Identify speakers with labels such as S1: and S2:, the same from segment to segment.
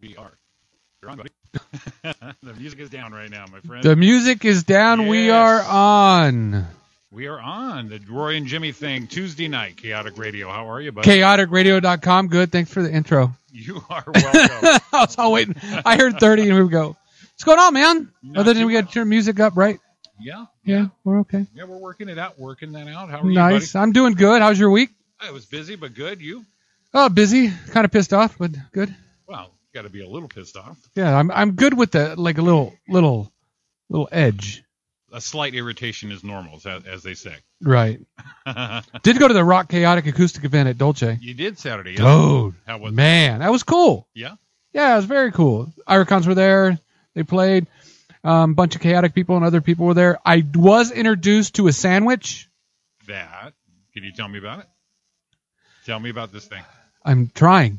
S1: We are. You're on, buddy. the music is down right now, my friend.
S2: The music is down. We are
S1: Yes.
S2: on
S1: we are on the Roy and Jimmy thing Tuesday night, Chaotic Radio. How are you, buddy?
S2: chaoticradio.com. Good. Thanks for the intro.
S1: you are welcome.
S2: I was all waiting. I heard 30 and we would go, what's going on, man?
S1: Not
S2: Other than
S1: too
S2: we got to turn music up, right?
S1: yeah,
S2: Yeah, we're okay.
S1: yeah, we're working it out, working that out. How are
S2: Nice. I'm doing good. How's your week?
S1: you, buddy? I was busy, but good. You?
S2: Oh, busy. Kind of pissed off, but good.
S1: Well, got to be a little pissed off.
S2: Yeah, I'm I'm good with the like a little little little edge.
S1: A slight irritation is normal, as, as they say.
S2: Right. Did go to the Rock Chaotic Acoustic event at Dolce.
S1: you did Saturday. yeah?
S2: Oh
S1: How was
S2: man, that was cool.
S1: Yeah?
S2: Yeah, it was very cool. Iricons were there. They played. A um, bunch of chaotic people and other people were there. I was introduced to a sandwich.
S1: that? Can you tell me about it? Tell me about this thing.
S2: I'm trying.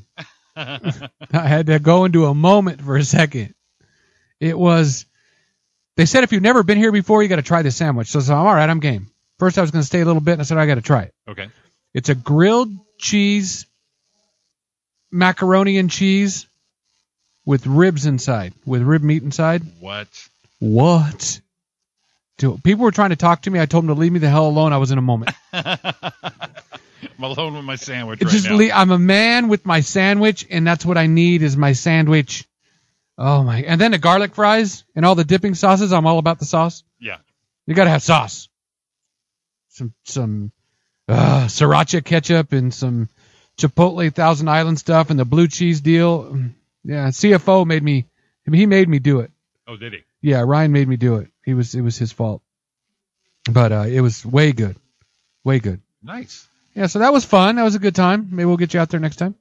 S2: I had to go into a moment for a second. It was. They said if you've never been here before, you got to try this sandwich. So, I said, I'm all right. I'm game. First, I was going to stay a little bit, and I said I got to try it.
S1: Okay.
S2: It's a grilled cheese, macaroni and cheese, with ribs inside, with rib meat inside.
S1: What?
S2: What? Dude, people were trying to talk to me. I told them to leave me the hell alone. I was in a moment.
S1: I'm alone with my sandwich
S2: It
S1: right
S2: just
S1: now.
S2: le- I'm a man with my sandwich, and that's what I need is my sandwich. Oh my! And then the garlic fries and all the dipping sauces. I'm all about the sauce.
S1: yeah.
S2: You gotta have sauce. Some some uh, sriracha ketchup and some chipotle Thousand Island stuff and the blue cheese deal. Mm, Yeah, CFO made me. He made me do it.
S1: Oh, did he?
S2: Yeah, Ryan made me do it. He was it was his fault. But uh, it was way good, way good.
S1: Nice.
S2: Yeah, so that was fun. That was a good time. Maybe we'll get you out there next time.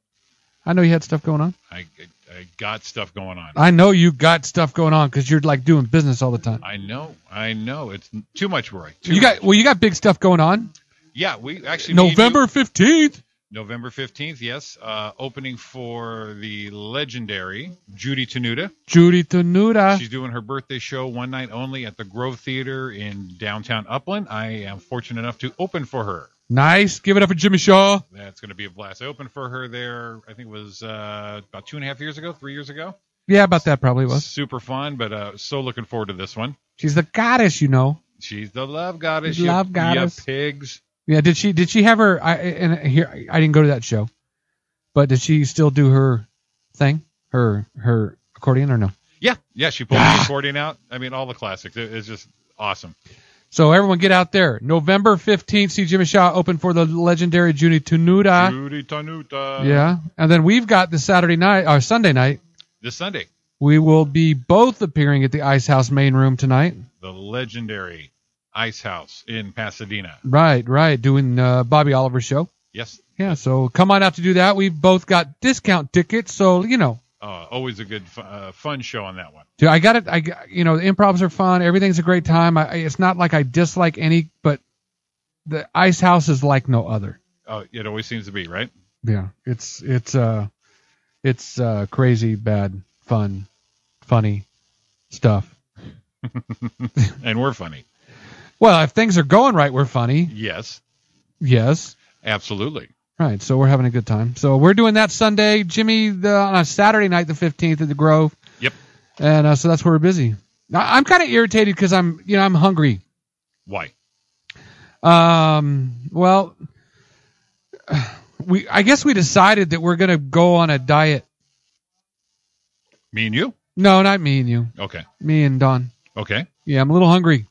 S2: I know you had stuff going on.
S1: I, I got stuff going on.
S2: I know you got stuff going on because you're like doing business all the time.
S1: I know. I know. It's n- too much, Roy. Too
S2: You got
S1: much.
S2: well, you got big stuff going on.
S1: Yeah, we actually me and you-
S2: November fifteenth.
S1: November 15th, yes. Uh, opening for the legendary Judy Tenuta.
S2: Judy Tenuta.
S1: She's doing her birthday show one night only at the Grove Theater in downtown Upland. I am fortunate enough to open for her.
S2: Nice. Give it up for Jimmy Shaw.
S1: That's going to be a blast. I opened for her there, I think it was uh, about two and a half years ago, three years ago.
S2: Yeah, about that probably was.
S1: Super fun, but uh, so looking forward to this one.
S2: She's the goddess, you know.
S1: She's the love goddess. you-
S2: Love goddess.
S1: You pigs.
S2: Yeah. Did she? Did she have her? I and here I didn't go to that show, but did she still do her thing? Her her accordion or no?
S1: Yeah, yeah. She pulled
S2: Ah.
S1: the accordion out. I mean, all the classics. It, it's just awesome.
S2: So everyone get out there. November 15th, see Jimmy Shaw open for the legendary Judy Tenuta.
S1: Judy Tanuta.
S2: yeah. And then we've got this Saturday night, or Sunday night,
S1: This Sunday,
S2: we will be both appearing at the Ice House main room tonight.
S1: the legendary Ice House in Pasadena.
S2: Right, right. Doing uh, Bobby Oliver's show.
S1: Yes,
S2: Yeah. So come on out to do that. We've both got discount tickets. So, you know,
S1: uh, always a good fu- uh, fun show on that one.
S2: dude, I got it. I, got- you know, the improvs are fun. Everything's a great time. I, I- it's not like I dislike any, but the Ice House is like no other.
S1: Oh, it always seems to be right.
S2: yeah it's it's uh it's uh crazy bad fun funny stuff
S1: And we're funny.
S2: well if things are going right we're funny
S1: Yes,
S2: yes
S1: absolutely.
S2: right so we're having a good time so we're doing that sunday jimmy the, on a saturday night the 15th at the grove
S1: Yep.
S2: and uh, so that's where we're busy I, i'm kind of irritated because i'm you know i'm hungry
S1: Why?
S2: Um, well, we I guess we decided that we're gonna go on a diet.
S1: Me and you?
S2: No, not me and you,
S1: Okay.
S2: me and Don.
S1: Okay.
S2: Yeah, I'm a little hungry,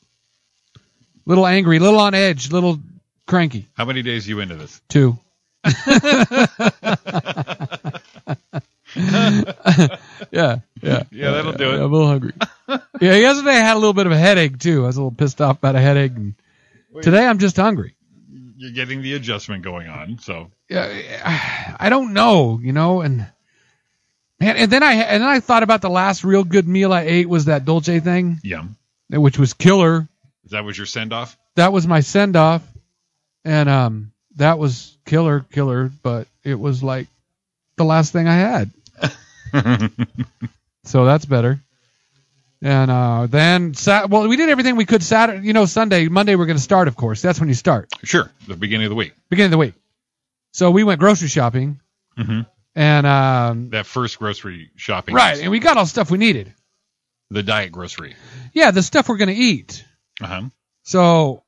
S2: little angry, little on edge, little cranky
S1: How many days you into this?
S2: too. yeah, yeah,
S1: Yeah, that'll do it.
S2: I'm a little hungry. yeah, yesterday I had a little bit of a headache too. I was a little pissed off about a headache, and today I'm just hungry.
S1: You're getting the adjustment going on. So
S2: Yeah, I don't know, you know, and man, and then I and then I thought about the last real good meal I ate was that dolce thing,
S1: yum.
S2: which was killer.
S1: That was your send off.
S2: that was my send off, and um, that was killer, killer. But it was like the last thing I had, so that's better. And uh, then sat well, we did everything we could Saturday, you know, Sunday, Monday we're gonna start, of course. That's when you start,
S1: sure. The beginning of the week.
S2: beginning of the week. So we went grocery shopping,
S1: Mhm.
S2: and um,
S1: That first grocery shopping.
S2: right,
S1: list.
S2: and we got all the stuff we needed.
S1: the diet grocery.
S2: Yeah, the stuff we're gonna eat.
S1: Uh huh.
S2: So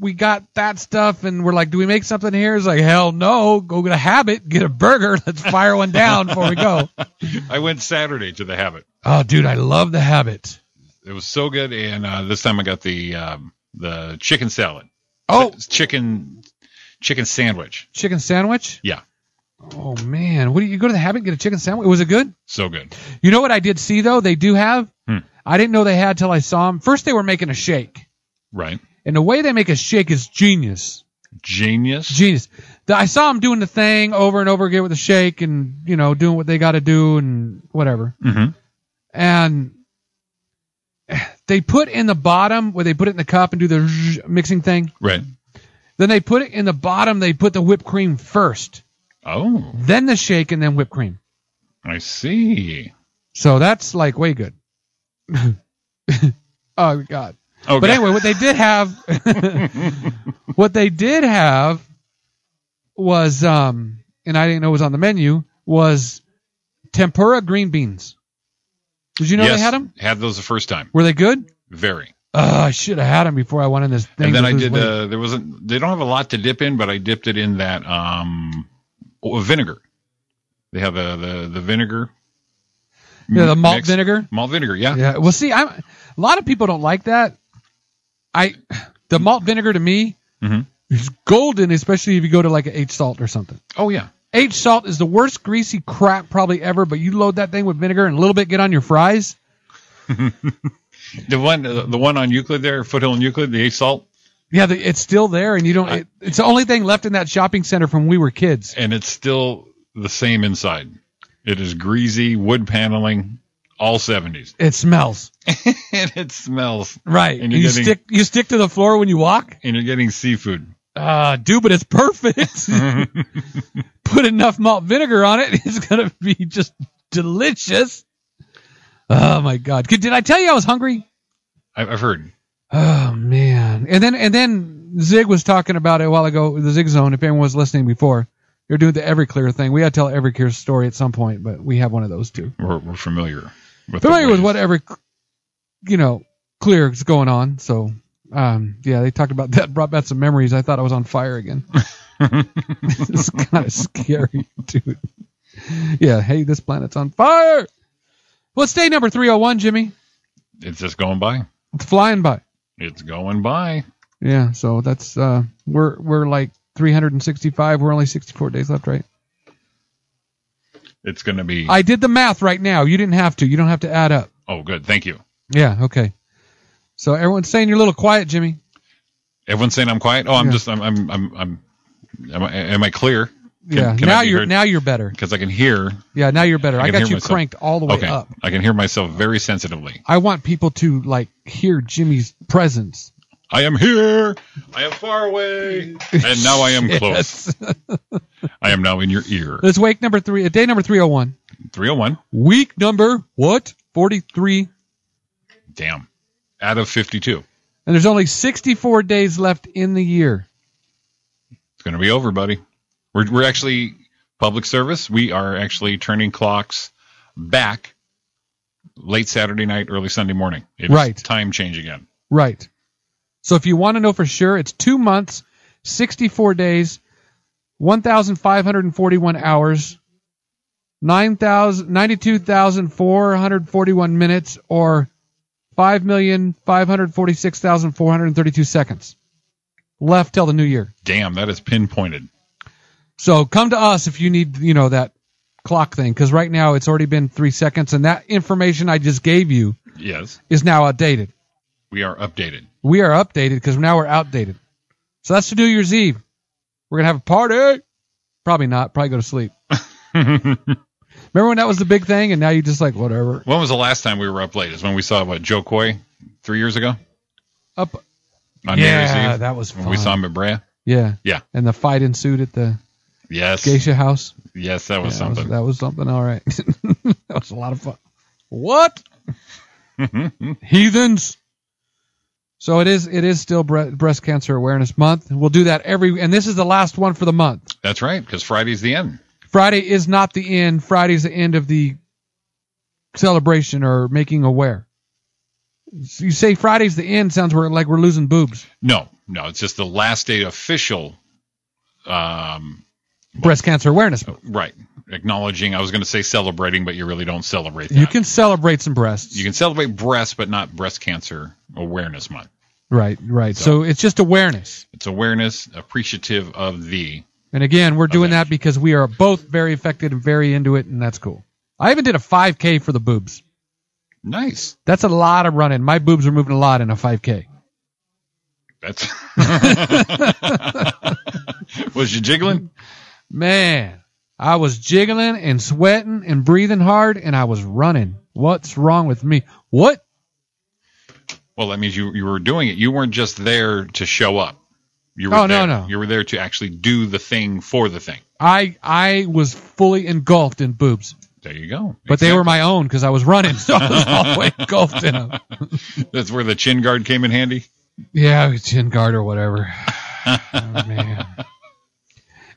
S2: we got that stuff, and we're like, do we make something here? It's like, hell no. Go get a habit, get a burger. Let's fire one down before we go.
S1: I went Saturday to the Habit.
S2: Oh, dude, I love the habit.
S1: It was so good, and uh, this time I got the um, the chicken salad.
S2: Oh,
S1: It's chicken chicken sandwich.
S2: chicken sandwich.
S1: Yeah,
S2: Oh man, what do you go to the habit and get a chicken sandwich? Was it good?
S1: so good.
S2: You know what I did see though? They do have.
S1: Hmm.
S2: I didn't know they had till I saw them. First, they were making a shake,
S1: Right,
S2: and the way they make a shake is genius.
S1: genius.
S2: Genius. The- I saw them doing the thing over and over again with the shake, and you know, doing what they got to do and whatever.
S1: Mhm.
S2: and they put in the bottom where they put it in the cup and do the zzzz mixing thing.
S1: Right.
S2: Then they put it in the bottom. They put the whipped cream first,
S1: Oh,
S2: then the shake, and then whipped cream.
S1: I see.
S2: So that's like way good. oh God!
S1: Okay.
S2: But anyway, what they did have, what they did have, was um, and I didn't know it was on the menu was tempura green beans. Did you know
S1: yes,
S2: they had them?
S1: Had those the first time.
S2: Were they good?
S1: Very.
S2: Uh, I should have had them before I went in this thing.
S1: And then
S2: to
S1: I
S2: lose
S1: did.
S2: weight.
S1: Uh, there wasn't. They don't have a lot to dip in, but I dipped it in that um o- vinegar. They have the the, the vinegar.
S2: yeah, the malt
S1: mixed-
S2: vinegar.
S1: Malt vinegar. Yeah.
S2: Yeah. Well, see, I'm a lot of people don't like that. I the malt vinegar to me
S1: Mhm.
S2: is golden, especially if you go to like an H salt or something.
S1: Oh yeah.
S2: H salt is the worst greasy crap probably ever. But you load that thing with vinegar and a little bit get on your fries.
S1: The one the one on Euclid there, Foothill and Euclid, the H salt,
S2: Yeah, the, it's still there, and you don't. It, it's the only thing left in that shopping center from when we were kids.
S1: and it's still the same inside. It is greasy wood paneling, all seventies,
S2: It smells
S1: and it smells.
S2: right.
S1: And
S2: And
S1: you're
S2: you
S1: getting-
S2: stick you stick to the floor when you walk.
S1: And you're getting seafood.
S2: Uh, do, but it's perfect. Put enough malt vinegar on it. It's going to be just delicious. Oh my God. Did did I tell you I was hungry?
S1: I've, I've heard.
S2: Oh man. And then, and then Zig was talking about it a while ago, the Zig Zone, if anyone was listening before. They're doing the Everclear thing. We had to tell Everclear's story at some point, but we have one of those too.
S1: We're, we're familiar with the
S2: Familiar with
S1: ways.
S2: what every, you know, clear is going on. So, um, yeah, they talked about that. Brought back some memories. I thought I was on fire again. it's kind of scary, dude. Yeah, hey, this planet's on fire. What's day number three hundred one, Jimmy?
S1: It's just going by.
S2: It's flying by.
S1: It's going by.
S2: Yeah, so that's uh, we're we're like three hundred and sixty five. We're only sixty four days left, right?
S1: It's gonna be.
S2: I did the math right now. You didn't have to. You don't have to add up.
S1: oh, good. Thank you.
S2: Yeah, okay. So everyone's saying you're a little quiet, Jimmy.
S1: Everyone's saying I'm quiet. Oh, I'm
S2: Yeah.
S1: just. I'm. I'm. I'm. I'm am I, am I clear?
S2: yeah,
S1: can I
S2: now
S1: be
S2: you're
S1: heard?
S2: now you're better.
S1: Because I can hear.
S2: Yeah, now you're better. I,
S1: can
S2: got
S1: hear
S2: you
S1: myself.
S2: cranked all the way
S1: Okay.
S2: up.
S1: I can hear myself very sensitively.
S2: I want people to like hear Jimmy's presence.
S1: I am here. I am far away. And now I am close. I am now in your ear.
S2: Let's wake number three. Day number three hundred one.
S1: 301.
S2: Week number what? Forty three.
S1: Damn. Out of 52.
S2: And there's only sixty four days left in the year.
S1: It's going to be over, buddy. We're, we're actually public service. We are actually turning clocks back late Saturday night, early Sunday morning. It's
S2: Right.
S1: time change again.
S2: Right. So if you want to know for sure, it's two months, sixty four days, one thousand five hundred and forty one hours. 92,441 minutes or 5,546,432 seconds left till the new year.
S1: Damn, that is pinpointed.
S2: So come to us if you need, you know, that clock thing, because right now it's already been three seconds, and that information I just gave you
S1: Yes.
S2: is now outdated.
S1: We are updated.
S2: We are updated because now we're outdated. So that's to New Year's Eve. We're gonna have a party. Probably not. Probably go to sleep. Remember when that was the big thing, and now you're just like whatever.
S1: When was the last time we were up late? Is when we saw what Joe Coy three years ago
S2: Up.
S1: on New
S2: yeah,
S1: Year's Eve.
S2: that was fun.
S1: when we saw him at Brea.
S2: Yeah.
S1: Yeah.
S2: And the fight ensued at the
S1: Yes.
S2: geisha house.
S1: Yes, that was
S2: Yeah,
S1: something.
S2: That was, that was something. All right. that was a lot of fun. What? Heathens. So it is. It is still bre- breast cancer awareness month. We'll do that every. And this is the last one for the month.
S1: That's right, because Friday's the end.
S2: Friday is not the end. Friday's the end of the celebration or making aware. So you say Friday's the end sounds we're- like we're losing boobs.
S1: No, no, it's just the last day official. Um,
S2: Breast cancer awareness. Month.
S1: right, acknowledging. I was going to say celebrating, but you really don't celebrate. That.
S2: You can celebrate some breasts.
S1: you can celebrate breast, but not breast cancer awareness month.
S2: right, right. So it's just awareness.
S1: It's awareness, appreciative of the.
S2: And again, we're doing
S1: Okay.
S2: that because we are both very affected and very into it, and that's cool. I even did a 5K for the boobs.
S1: Nice.
S2: That's a lot of running. My boobs are moving a lot in a 5K.
S1: That's. was you jiggling?
S2: Man, I was jiggling and sweating and breathing hard, and I was running. What's wrong with me? What?
S1: Well, that means you you were doing it. You weren't just there to show up. You were
S2: Oh, no,
S1: there,
S2: no.
S1: You were there to actually do the thing for the thing.
S2: I I was fully engulfed in boobs,
S1: There you go.
S2: but they were my own because I was running, so I was all the way engulfed in them.
S1: That's where the chin guard came in handy.
S2: Yeah, chin guard or whatever. Oh, man.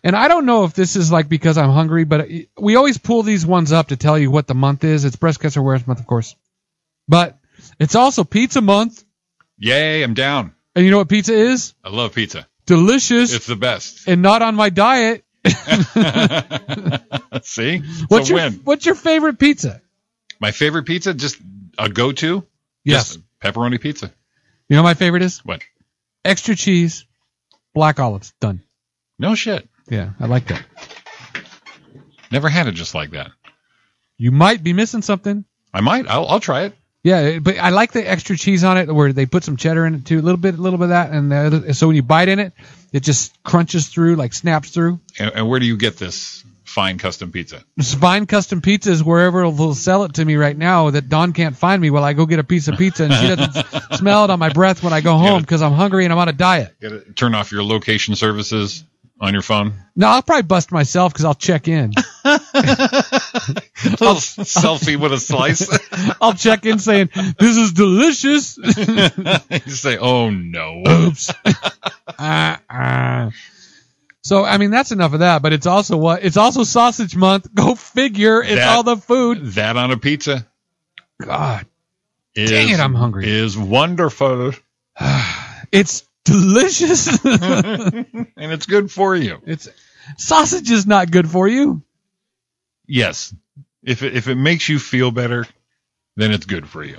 S2: And I don't know if this is like because I'm hungry, but it- we always pull these ones up to tell you what the month is. It's Breast Cancer Awareness Month, of course, but it's also Pizza Month.
S1: Yay, I'm down.
S2: And you know what pizza is?
S1: I love pizza.
S2: Delicious
S1: It's the best.
S2: and not on my diet.
S1: See? It's a
S2: What's your
S1: win.
S2: What's your favorite pizza?
S1: My favorite pizza, just a go to.
S2: Yes.
S1: Pepperoni pizza.
S2: You know what my favorite is
S1: What?
S2: extra cheese, black olives. Done.
S1: No shit.
S2: Yeah, I like that.
S1: Never had it just like that.
S2: You might be missing something.
S1: I might. I'll, I'll try it.
S2: Yeah, but I like the extra cheese on it where they put some cheddar in it too, a little bit, a little bit of that, and the other, so when you bite in it, it just crunches through, like snaps through.
S1: And, and where do you get this fine custom pizza?
S2: Spine Custom Pizza is wherever they'll sell it to me right now that Dawn can't find me while I go get a piece of pizza and she doesn't smell it on my breath when I go home because I'm hungry and I'm on a diet.
S1: Get it- Turn off your location services on your phone.
S2: No, I'll probably bust myself because I'll check in.
S1: little selfie with a slice.
S2: I'll check in saying, this is delicious.
S1: you say, oh no.
S2: Oops. uh, uh. So I mean that's enough of that, but it's also what it's also sausage month. Go figure. It's
S1: That-
S2: all the food.
S1: that on a pizza
S2: God,
S1: is,
S2: Dang it, I'm hungry.
S1: is wonderful
S2: it's delicious.
S1: and it's good for you.
S2: it's sausage is not good for you.
S1: Yes. If it, if it makes you feel better, then it's good for you.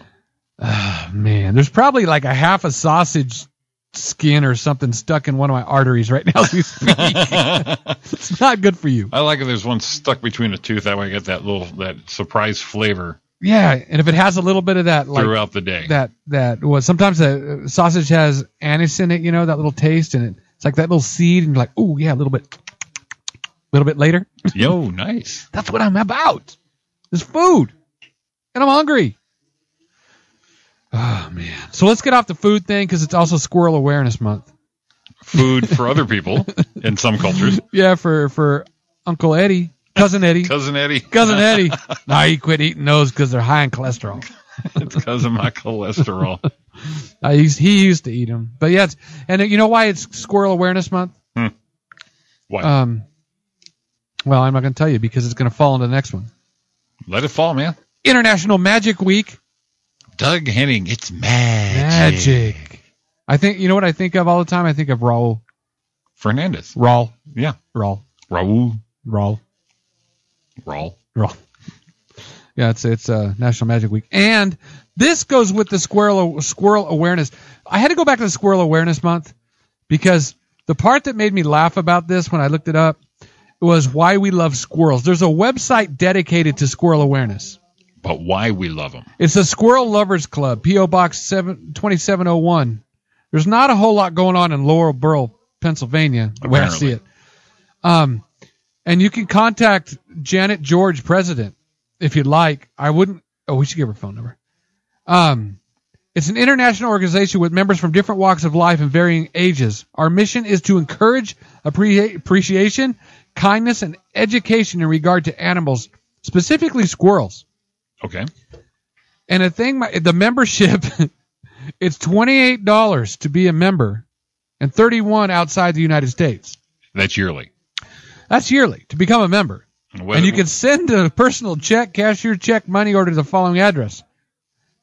S2: Oh, man, there's probably like a half a sausage skin or something stuck in one of my arteries right now. as we speak.
S1: I
S2: it's not good for you.
S1: like it. There's one stuck between the tooth. That way I get that little that surprise flavor
S2: Yeah, and if it has a little bit of that like
S1: throughout the day.
S2: that that was sometimes the uh, sausage has anise in it, you know, that little taste, and it, it's like that little seed, and you're like, oh yeah, a little bit, a little bit later.
S1: Yo, nice.
S2: That's what I'm about. Is food, and I'm hungry. Oh man! So let's get off the food thing because it's also Squirrel Awareness Month.
S1: Food for other people in some cultures.
S2: Yeah, for for Uncle Eddie, cousin Eddie,
S1: Cousin Eddie,
S2: cousin Eddie. Nah, he quit eating those because they're high in cholesterol.
S1: it's because of my cholesterol.
S2: I used, Uh, he used to eat them, but yeah, it's, and you know why it's Squirrel Awareness Month?
S1: What?
S2: Um, well, I'm not going to tell you because it's going to fall into the next one.
S1: Let it fall, man.
S2: International Magic Week.
S1: Doug Henning, it's magic.
S2: Magic. I think you know what I think of all the time. I think of Raul,
S1: Fernandez.
S2: Raul,
S1: Yeah.
S2: Raul,
S1: Raul.
S2: Raul,
S1: Raul.
S2: Raul. Yeah, it's it's uh, National Magic Week, and this goes with the squirrel squirrel awareness. I had to go back to the squirrel awareness month because the part that made me laugh about this when I looked it up was why we love squirrels. There's a website dedicated to squirrel awareness.
S1: But why we love him.
S2: It's the Squirrel Lovers Club, P.O. Box 7, 2701. There's not a whole lot going on in Laurel Burl, Pennsylvania, the way I see
S1: Apparently.
S2: it. Um, and you can contact Janet George, president, if you'd like. I wouldn't. Oh, we should give her phone number. Um, it's an international organization with members from different walks of life and varying ages. Our mission is to encourage appre- appreciation, kindness, and education in regard to animals, specifically squirrels.
S1: Okay.
S2: And the thing, my- the membership, it's twenty eight dollars to be a member, and thirty one outside the United States.
S1: That's yearly.
S2: That's yearly to become a member.
S1: Whether-
S2: and you can send a personal check, cashier check, money order to the following address.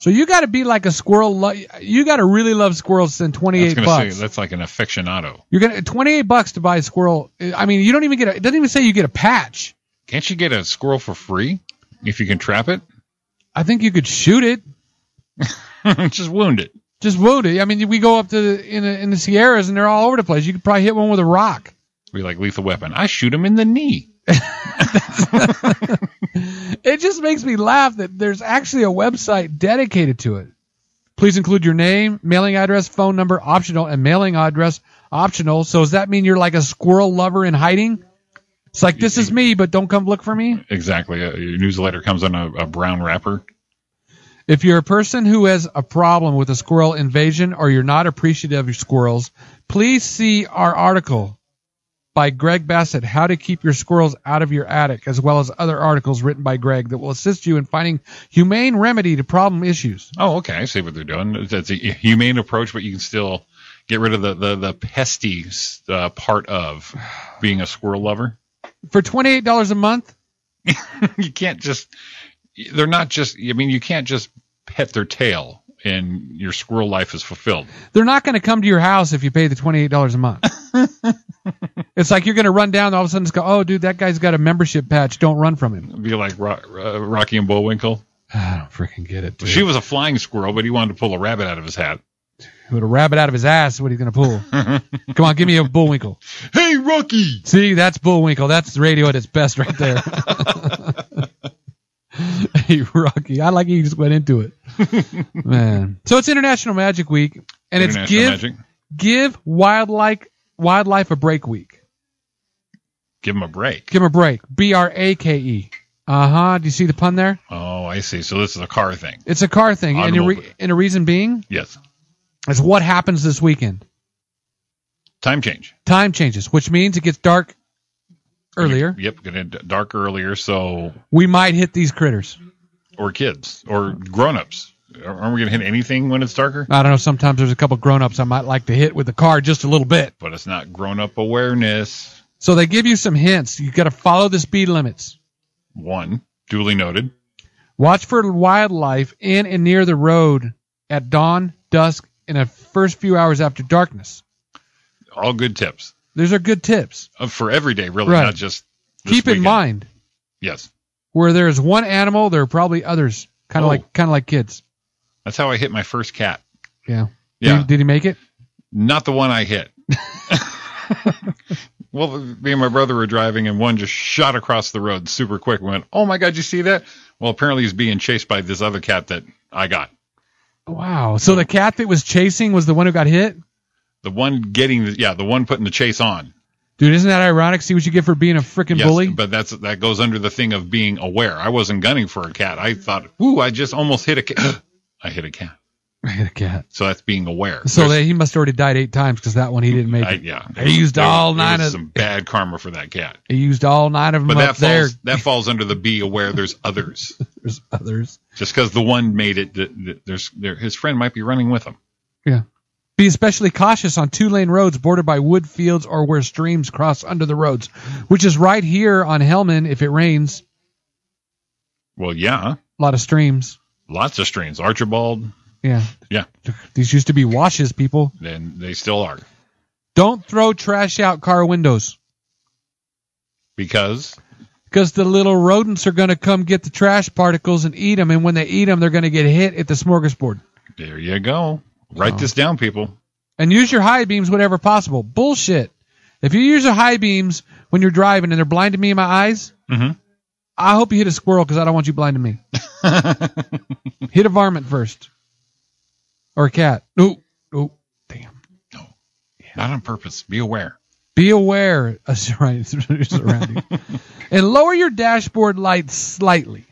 S2: So you got to be like a squirrel. Lo- you got to really love squirrels to send
S1: I was
S2: 28
S1: gonna
S2: bucks.
S1: say that's like an aficionado.
S2: You're gonna 28 bucks to buy a squirrel. I mean, you don't even get. A, it doesn't even say you get a patch.
S1: Can't you get a squirrel for free if you can trap it?
S2: I think you could shoot it.
S1: Just wound it.
S2: Just wound it. I mean, we go up to the, in the, in the Sierras and they're all over the place. You could probably hit one with a rock.
S1: Be like lethal weapon. I shoot him in the knee.
S2: It just makes me laugh that there's actually a website dedicated to it. Please include your name, mailing address, phone number, optional, and mailing address, optional. So does that mean you're like a squirrel lover in hiding? It's like this is me, but don't come look for me.
S1: Exactly. Uh, Your newsletter comes on a, a brown wrapper.
S2: If you're a person who has a problem with a squirrel invasion or you're not appreciative of squirrels, please see our article by Greg Bassett, How to Keep Your Squirrels Out of Your Attic, as well as other articles written by Greg that will assist you in finding humane remedy to problem issues.
S1: Oh, okay. I see what they're doing. It's, it's a humane approach, but you can still get rid of the the, the pesty uh, part of being a squirrel lover.
S2: For $28 a month,
S1: you can't just. They're not just. I mean, you can't just pet their tail and your squirrel life is fulfilled.
S2: they're not going to come to your house if you pay the $28 a month. it's like you're going to run down and all of a sudden it's go, oh, dude, that guy's got a membership patch. Don't run from him.
S1: It'd be like Ro- uh, Rocky and Bullwinkle.
S2: I don't freaking get it. Dude.
S1: She was a flying squirrel, but he wanted to pull a rabbit out of his hat.
S2: With a rabbit out of his ass is what he's going to pull. Come on, give me a bullwinkle.
S1: Hey, Rocky!
S2: See, that's bullwinkle. That's radio at its best right there. hey, Rocky. I like you just went into it. Man. So it's International Magic Week, and it's
S1: International
S2: give,
S1: magic.
S2: give wildlife, wildlife a break week.
S1: Give him a break.
S2: Give 'em a break. B R A K E. Uh huh. Do you see the pun there?
S1: Oh, I see. So this is a car thing.
S2: It's a car thing. And a, re-
S1: Automobile.
S2: and a reason being
S1: Yes.
S2: is what happens this weekend.
S1: Time change.
S2: Time changes, which means it gets dark earlier.
S1: Yep, gonna d- dark earlier. So
S2: We might hit these critters.
S1: or kids or grown-ups. Are- Aren't we gonna hit anything when it's darker?
S2: I don't know. Sometimes there's a couple grown ups I might like to hit with the car just a little bit.
S1: But it's not grown-up awareness.
S2: So they give you some hints. You got to follow the speed limits.
S1: One duly noted.
S2: Watch for wildlife in and near the road at dawn, dusk, and the first few hours after darkness.
S1: All good tips
S2: Those are good tips.
S1: Uh, for every day, really,
S2: Right.
S1: not just. this
S2: Keep in
S1: weekend.
S2: mind
S1: Yes,
S2: where there is one animal, there are probably others. Kind of
S1: Oh.
S2: like kind of like kids.
S1: that's how I hit my first cat.
S2: Yeah.
S1: Yeah,
S2: Did, did he make it?
S1: not the one I hit. well, me and my brother were driving, and one just shot across the road super quick. We went, "Oh my god, you see that?" Well, apparently he's being chased by this other cat that I got.
S2: Wow. So the cat that was chasing was the one who got hit.
S1: The one getting, the, yeah, the one putting the chase on.
S2: Dude, isn't that ironic? See what you get for being a freaking
S1: Yes,
S2: bully.
S1: but that's that goes under the thing of being aware. I wasn't gunning for a cat. I thought, "Ooh, I just almost hit a cat." I hit a cat.
S2: I hit a cat.
S1: So that's being aware.
S2: So
S1: There's-
S2: they, he must have already died eight times because that one he didn't make
S1: I,
S2: it.
S1: yeah,
S2: He used all
S1: there
S2: nine
S1: was
S2: of-
S1: some bad karma for that cat.
S2: He used all nine of them
S1: But
S2: up
S1: that
S2: there.
S1: falls that falls under the be aware. There's others.
S2: There's others.
S1: Just because the one made it, th- th- there's there, his friend might be running with him.
S2: Yeah. Be especially cautious on two lane roads bordered by wood fields or where streams cross under the roads, which is right here on Hellman if it rains.
S1: Well, yeah,
S2: A lot of streams.
S1: lots of streams. Archibald,
S2: Yeah.
S1: yeah,
S2: These used to be washes, people.
S1: and they still are
S2: Don't throw trash out car windows
S1: because
S2: because the little rodents are going to come get the trash particles and eat them. And when they eat them, they're going to get hit at the smorgasbord.
S1: there you go. Write this down, people.
S2: and use your high beams whenever possible. Bullshit. If you use your high beams when you're driving and they're blinding me in my eyes,
S1: Mhm.
S2: I hope you hit a squirrel because I don't want you blinding me. hit a varmint first, or a cat. No, no, damn.
S1: Not on purpose. Be aware.
S2: Be aware of surround- surroundings, and lower your dashboard lights slightly.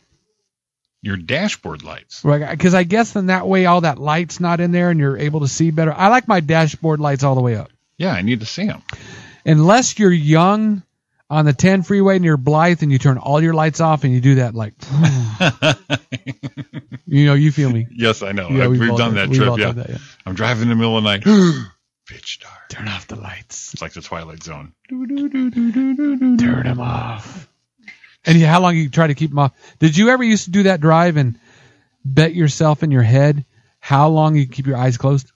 S1: Your dashboard lights.
S2: Because I guess then that way all that light's not in there and you're able to see better. I like my dashboard lights all the way up.
S1: Yeah, I need to see them.
S2: unless you're young on the 10 freeway near Blythe and you turn all your lights off and you do that, like, you know, you feel me.
S1: Yes, I know.
S2: Yeah,
S1: I've- we've,
S2: all
S1: done that
S2: we've
S1: trip.
S2: all
S1: Yeah.
S2: done that,
S1: I'm driving in the middle of the night. Pitch dark.
S2: Turn off the lights.
S1: It's like the Twilight Zone.
S2: Turn them off. and how long you try to keep them off. Did you ever used to do that drive and bet yourself in your head how long you keep your eyes closed?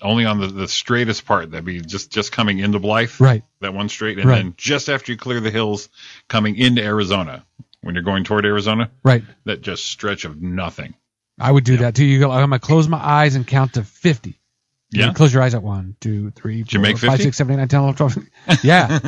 S1: Only on the, the straightest part, that'd be just, just coming into Blythe,
S2: Right.
S1: that one straight, and
S2: Right.
S1: then just after you clear the hills, coming into Arizona. When you're going toward Arizona,
S2: Right.
S1: that just stretch of nothing.
S2: I would do that too. You go, I'm gonna close my eyes and count to fifty. You
S1: Yeah.
S2: close your eyes at one, two, three,
S1: you
S2: four,
S1: make
S2: five,
S1: 50?
S2: six, seven, eight, nine, 10, 11, 12. Yeah.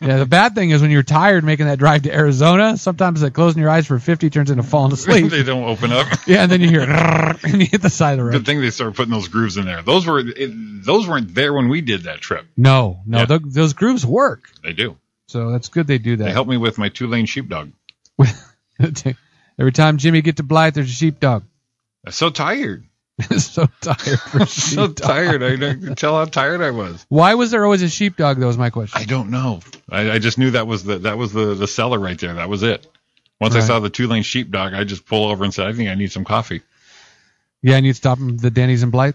S2: yeah. The bad thing is when you're tired making that drive to Arizona, sometimes that closing your eyes for fifty turns into falling asleep.
S1: they don't open up.
S2: yeah, and then you hear it, and you hit the side of the road.
S1: Good thing they started putting those grooves in there. Those were it, those weren't there when we did that trip.
S2: No, no,
S1: Yeah.
S2: tho- those grooves work.
S1: They do.
S2: So that's good they do
S1: They
S2: that.
S1: helped me with my two lane sheepdog.
S2: Every time Jimmy get to Blythe, there's a sheepdog.
S1: I'm so tired.
S2: so tired. For
S1: I'm so
S2: sheepdog.
S1: tired. I can tell how tired I was.
S2: Why was there always a sheepdog? Though is my question.
S1: I don't know. I, I just knew that was the that was the the cellar right there. That was it. Once I
S2: Right.
S1: saw the two lane sheepdog, I just pull over and said, "I think I need some coffee."
S2: Yeah, I need to stop 'em, the Denny's in Blythe.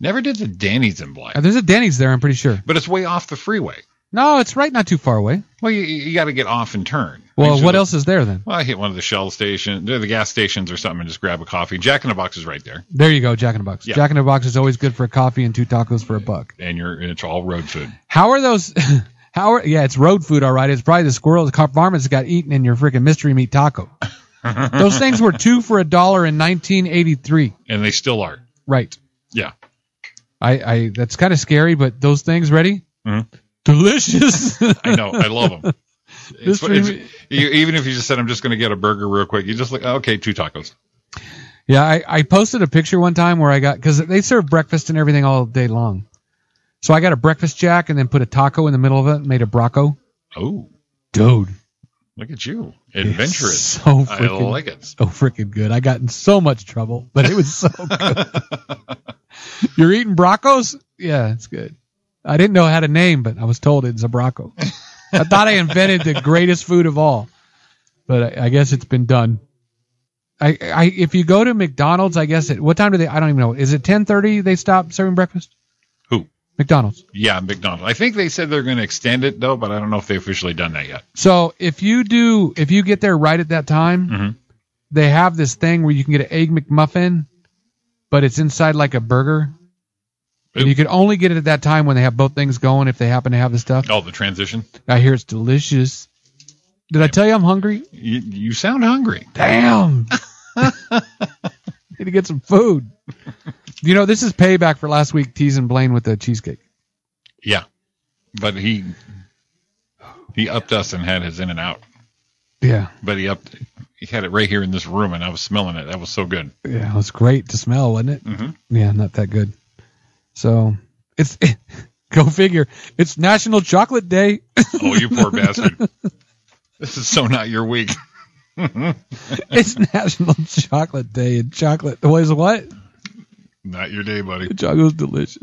S1: Never did the Danny's in
S2: Uh,
S1: Blythe,
S2: There's a Denny's there, I'm pretty sure.
S1: but it's way off the freeway.
S2: No, it's right not too far away.
S1: Well, you, you got to get off and turn.
S2: Well,
S1: Make sure
S2: what
S1: that-
S2: else is there then?
S1: Well, I hit one of the Shell stations, the gas stations or something, and just grab a coffee. Jack in the Box is right there,
S2: There you go, Jack in the Box.
S1: Yeah.
S2: Jack in the Box is always good for a coffee and two tacos for a buck.
S1: and you're and it's all road food.
S2: How are those? How are? Yeah, it's road food, all right. It's probably the squirrel, the varmints got eaten in your freaking mystery meat taco. those things were two for a dollar in 1983.
S1: and they still are.
S2: Right.
S1: Yeah.
S2: I, I that's kind of scary, but those things ready?
S1: Mhm.
S2: Delicious.
S1: I know. I love them. It's,
S2: This
S1: it's,
S2: remi-
S1: you, even if you just said, I'm just going to get a burger real quick, you just like, okay, two tacos.
S2: Yeah, I, I posted a picture one time where I got because they serve breakfast and everything all day long. So I got a breakfast jack and then put a taco in the middle of it, and made a brocco.
S1: Oh,
S2: Dude,
S1: look at you.
S2: it's
S1: Adventurous.
S2: so
S1: I
S2: freaking,
S1: like it.
S2: so freaking good. I got in so much trouble, but it was so good. You're eating broccos? Yeah, it's good. I didn't know it had a name, but I was told it's a brocco. I thought I invented the greatest food of all, but I, I guess it's been done. I, I if you go to McDonald's, I guess it. What time do they? I don't even know. Is it ten thirty? They stop serving breakfast.
S1: Who?
S2: McDonald's.
S1: Yeah, McDonald's. I think they said they're going to extend it though, but I don't know if they officially done that yet.
S2: So if you do, if you get there right at that time,
S1: Mhm.
S2: they have this thing where you can get an egg McMuffin, but it's inside like a burger. And
S1: Ooh.
S2: you can only get it at that time when they have both things going. If they happen to have the stuff,
S1: Oh, the transition.
S2: I hear it's delicious. Did I tell you I'm hungry?
S1: You, you sound hungry.
S2: Damn. Need to get some food. You know, this is payback for last week teasing Blaine with the cheesecake.
S1: Yeah, but he he upped us and had his in and out.
S2: Yeah.
S1: But he upped. He had it right here in this room, and I was smelling it. That was so good.
S2: Yeah, it was great to smell, wasn't it?
S1: Mhm.
S2: Yeah, not that good. So it's go figure. It's National Chocolate Day.
S1: Oh, you poor bastard. This is so not your week.
S2: it's National Chocolate Day, and chocolate was what?
S1: Not your day, buddy.
S2: Chocolate was delicious.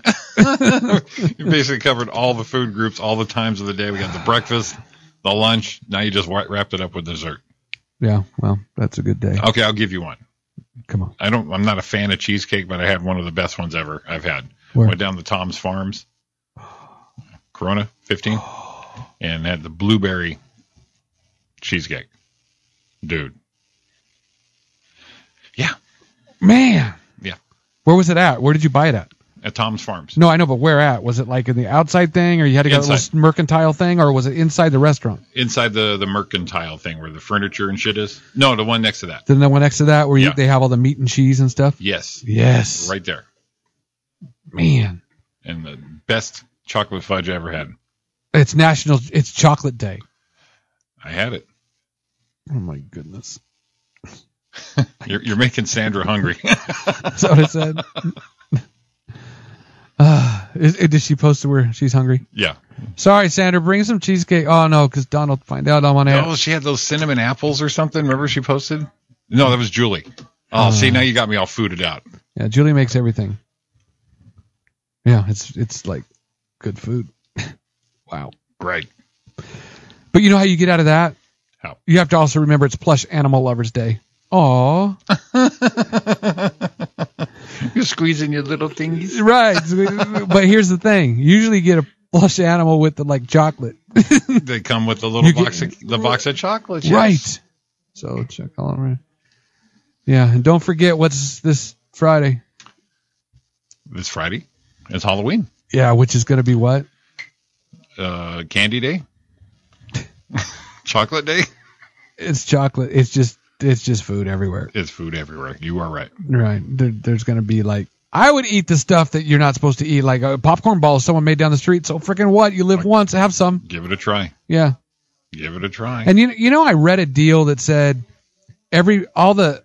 S1: You basically covered all the food groups, all the times of the day. We got the breakfast, the lunch. Now you just wa- wrapped it up with dessert.
S2: Yeah, well, that's a good day.
S1: Okay, I'll give you one.
S2: Come on,
S1: I don't. I'm not a fan of cheesecake, but I had one of the best ones ever I've had.
S2: Where?
S1: Went down to Tom's Farms, Corona 15, and had the blueberry cheesecake. Dude, yeah,
S2: man.
S1: Yeah.
S2: Where was it at? Where did you buy it at?
S1: at Tom's Farms.
S2: No, I know, but where at? Was it like in the outside thing, or you had to go to a
S1: Inside.
S2: little mercantile thing, or was it inside the restaurant?
S1: inside the the mercantile thing where the furniture and shit is. No, the one next to that.
S2: Then the one next to that, where you,
S1: Yeah.
S2: they have all the meat and cheese and stuff.
S1: Yes,
S2: Yes,
S1: right there.
S2: man.
S1: And the best chocolate fudge I ever had.
S2: It's National. It's Chocolate Day.
S1: I had it.
S2: Oh my goodness.
S1: You're, you're making Sandra hungry.
S2: Is that what it said? uh, is, is- did she post to where she's hungry?
S1: yeah.
S2: Sorry, Sandra, bring some cheesecake. Oh no, because Donald find out I'm on air.
S1: Oh, she had those cinnamon apples or something. Remember she posted? No, that was Julie. Oh, see, now you got me all fooded out.
S2: Yeah, Julie makes everything. Yeah, it's it's like good food. wow.
S1: Right.
S2: But you know how you get out of that?
S1: How?
S2: You have to also remember it's Plush Animal Lovers Day. Oh,
S1: You're squeezing your little thingies.
S2: right. but here's the thing: you usually get a plush animal with the like chocolate.
S1: They come with the little
S2: You get-
S1: box of the box of chocolates. yes.
S2: Right. So check all around. Yeah, and don't forget what's this Friday.
S1: This Friday is Halloween.
S2: Yeah, which is going to be what?
S1: Uh, candy day. Chocolate day.
S2: It's chocolate. It's just it's just food everywhere.
S1: It's food everywhere. You are right.
S2: Right. There, there's going to be like I would eat the stuff that you're not supposed to eat, like a popcorn ball someone made down the street. So freaking what? You live once, have some.
S1: Give it a try.
S2: Yeah.
S1: Give it a try.
S2: And you you know I read a deal that said every all the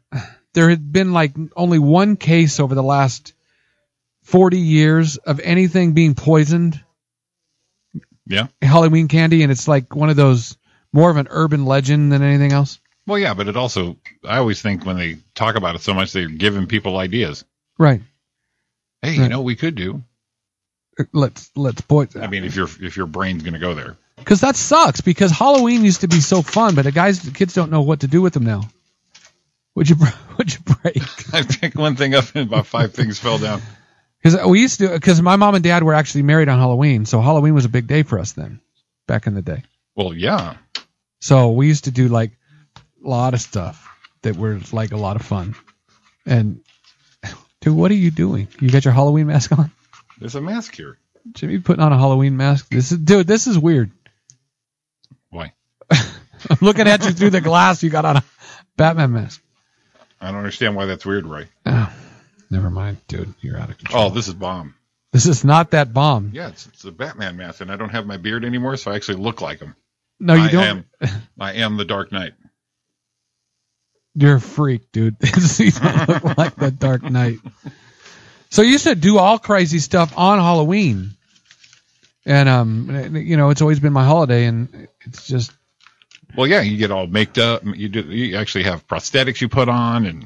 S2: there had been like only one case over the last 40 years of anything being poisoned.
S1: Yeah.
S2: Halloween candy and it's like one of those more of an urban legend than anything else.
S1: well, yeah, but it also I always think when they talk about it so much, they're giving people ideas.
S2: Right.
S1: Hey, you
S2: Right.
S1: know, what we could do.
S2: Let's let's poison.
S1: I mean, if your if your brain's gonna go there,
S2: Cuz that sucks because Halloween used to be so fun, but the guys the kids don't know what to do with them now. Would you would you break?
S1: I picked one thing up and about five things fell down.
S2: Because we used to, because my mom and dad were actually married on Halloween, so Halloween was a big day for us then, back in the day.
S1: Well, yeah,
S2: So we used to do like a lot of stuff that were like a lot of fun. And dude, what are you doing? You got your Halloween mask on?
S1: there's a mask here.
S2: Jimmy putting on a Halloween mask. This is dude, this is weird.
S1: Why?
S2: I'm looking at you through the glass. You got on a Batman mask.
S1: I don't understand why that's weird, Roy.
S2: Oh, never mind, dude. You're out of control.
S1: Oh, this is bomb.
S2: This is not that bomb.
S1: Yeah, it's, it's a Batman mask, and I don't have my beard anymore, so I actually look like him.
S2: no, Oh, you
S1: I
S2: don't.
S1: am. I am the Dark Knight.
S2: You're a freak, dude. you don't look like the Dark Knight. So you used to do all crazy stuff on Halloween, and um, you know, it's always been my holiday, and it's just
S1: Well, yeah, you get all maked up. You do. You actually have prosthetics you put on and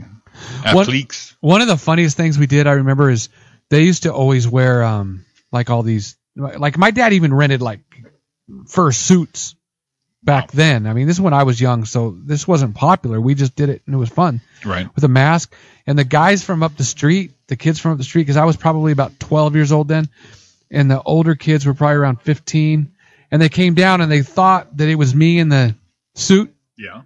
S2: What-
S1: appliques.
S2: one of the funniest things we did. I remember is they used to always wear um, like all these, like my dad even rented like fur suits back then. I mean, this is when I was young, so this wasn't popular. We just did it, and it was fun.
S1: Right.
S2: with a mask. And the guys from up the street, the kids from up the street, because I was probably about 12 years old then, and the older kids were probably around 15. And they came down and they thought that it was me in the suit.
S1: Yeah.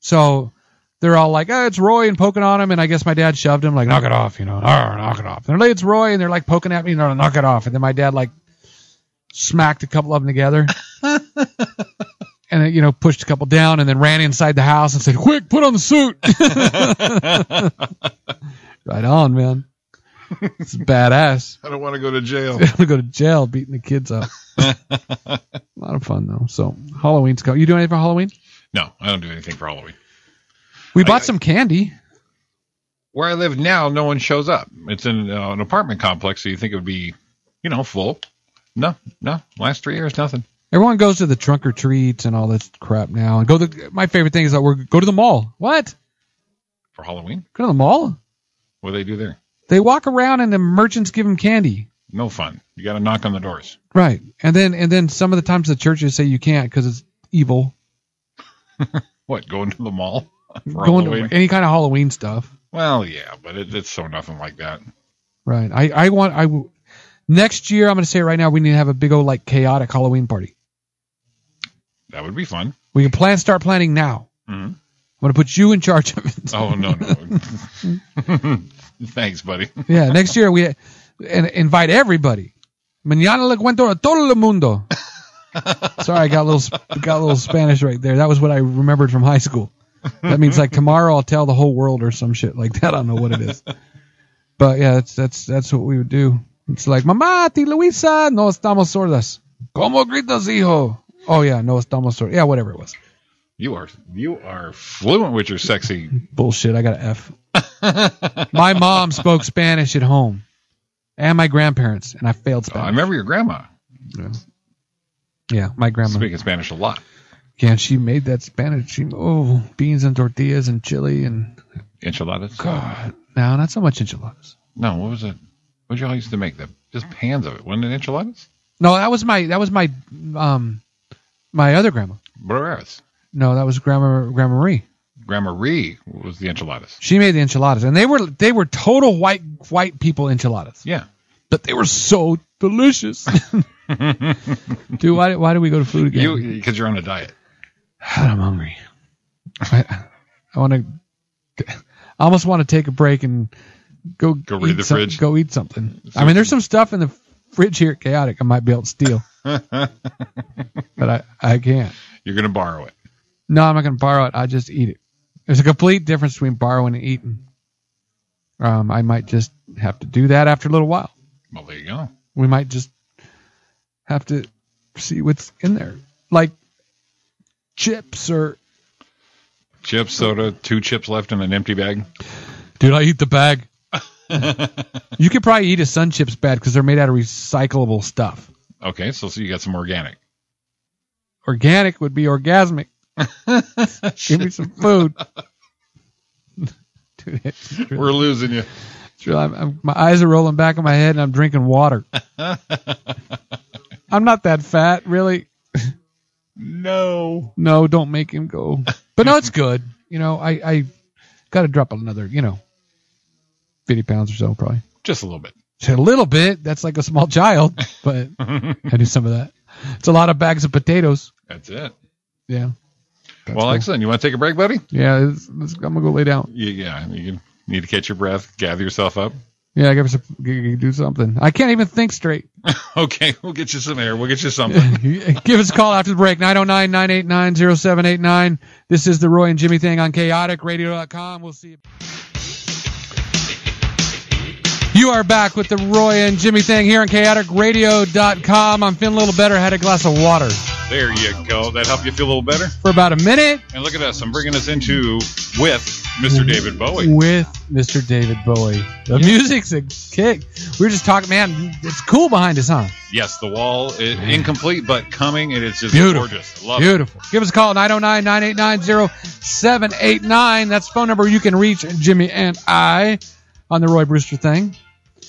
S2: So they're all like, oh, it's Roy and poking on him. And I guess my dad shoved him, like, knock it off, you know, "Arr, knock it off. And they're like, it's Roy. And they're like poking at me, no, knock it off. And then my dad, like, smacked a couple of them together. And then, you know, pushed a couple down, and then ran inside the house and said, "Quick, put on the suit." Right on, man. It's badass.
S1: I don't want to go to jail.
S2: I'm gonna go to jail beating the kids up. a lot of fun though. So Halloween's go. You doing anything for Halloween?
S1: No, I don't do anything for Halloween.
S2: We
S1: I-
S2: bought
S1: I-
S2: some candy.
S1: Where I live now, no one shows up. It's in uh, an apartment complex, so you think it would be, you know, full. No, no. Last three years, nothing.
S2: Everyone goes to the trunk or treats and all this crap now. And go to my favorite thing is that we're go to the mall. What?
S1: For Halloween,
S2: Go to the mall?
S1: what do they do there?
S2: They walk around and the merchants give them candy.
S1: No fun. You got to knock on the doors.
S2: Right. And then and then some of the times the churches say you can't because it's evil.
S1: What? Going to the mall for
S2: Going
S1: Halloween?
S2: to any kind of Halloween stuff.
S1: well, yeah, but it, it's so nothing like that.
S2: Right. I, I want I w- next year I'm going to say it right now we need to have a big old like chaotic Halloween party.
S1: That would be fun.
S2: We can plan start planning now.
S1: Mhm.
S2: I'm going to put you in charge of it.
S1: Oh no, no. Thanks, buddy.
S2: yeah, next year we and invite everybody. Mañana le cuento a todo el mundo. Sorry, I got a little got a little Spanish right there. That was what I remembered from high school. That means like tomorrow I'll tell the whole world or some shit like that. I don't know what it is. But yeah, that's that's that's what we would do. It's like mamá, ti Luisa, no estamos sordas. ¿Cómo gritas, hijo? Oh yeah, no estamos sordas. Yeah, whatever it was.
S1: You are you are fluent with your sexy.
S2: Bullshit. I got an F. my mom spoke Spanish at home, and my grandparents, and I failed
S1: uh, I
S2: Spanish.
S1: remember your grandma
S2: yeah, my grandma.
S1: speaking Spanish a lot,
S2: Yeah, she made that Spanish. She oh, beans and tortillas and chili and
S1: enchiladas.
S2: God. No, not so much enchiladas.
S1: No, what was it? What y'all used to make them? Just pans of it, wasn't it? Enchiladas,
S2: No, that was my that was my um my other grandma.
S1: Barreras.
S2: No, that was grandma grandma Marie.
S1: Grandma Ree was the enchiladas.
S2: She made the enchiladas, and they were they were total white white people enchiladas,
S1: Yeah,
S2: but they were so delicious. Dude, why, why do we go to food again?
S1: you because you're on a diet.
S2: God, I'm hungry. I, I want to. I almost want to take a break and go
S1: Go read
S2: eat
S1: the
S2: some-
S1: fridge.
S2: Go eat something. I mean, there's some stuff in the fridge here at Chaotic I might be able to steal, but I I can't.
S1: You're gonna borrow it.
S2: No, I'm not going to borrow it. I just eat it. There's a complete difference between borrowing and eating. Um, I might just have to do that after a little while.
S1: Well, there you go.
S2: we might just have to see what's in there, like chips or.
S1: Chips, soda, two chips left in an empty bag.
S2: Dude, I eat the bag. you could probably eat a sun chips bag because they're made out of recyclable stuff.
S1: Okay, so, so you got some organic.
S2: Organic would be orgasmic. Give me some food. Dude, it's really-
S1: We're losing you.
S2: it's really- I'm- I'm- my eyes are rolling back in my head and I'm drinking water. I'm not that fat, really.
S1: No.
S2: no, don't make him go. But no, it's good. You know, I, I got to drop another, you know, 50 pounds or so, probably.
S1: Just a little bit.
S2: So a little bit. That's like a small child, but I do some of that. It's a lot of bags of potatoes.
S1: That's it.
S2: Yeah. That's
S1: well,
S2: cool.
S1: excellent. You want to take a break, buddy?
S2: yeah, it's, it's- I'm going to go lay down.
S1: You, yeah. You need to catch your breath, gather yourself up.
S2: Yeah, I got to do something. I can't even think straight.
S1: Okay, we'll get you some air. We'll get you something.
S2: Give us a call after the break, 909-989-0789. This is the Roy and Jimmy thing on chaoticradio.com. We'll see you. You are back with the Roy and Jimmy thing here on chaoticradio.com. I'm feeling a little better. I had a glass of water
S1: there you go. That help you feel a little better.
S2: for about a minute
S1: And look at us. I'm bringing us into with Mr. David Bowie.
S2: with Mr. David Bowie. The music's a kick. We were just talking, man, it's cool behind us, huh?
S1: Yes, the wall is incomplete, but coming. It is just
S2: Beautiful.
S1: gorgeous. Love it.
S2: Beautiful. Give us a call, 909-989-0789. That's the phone number you can reach Jimmy and I on the Roy Brewster thing.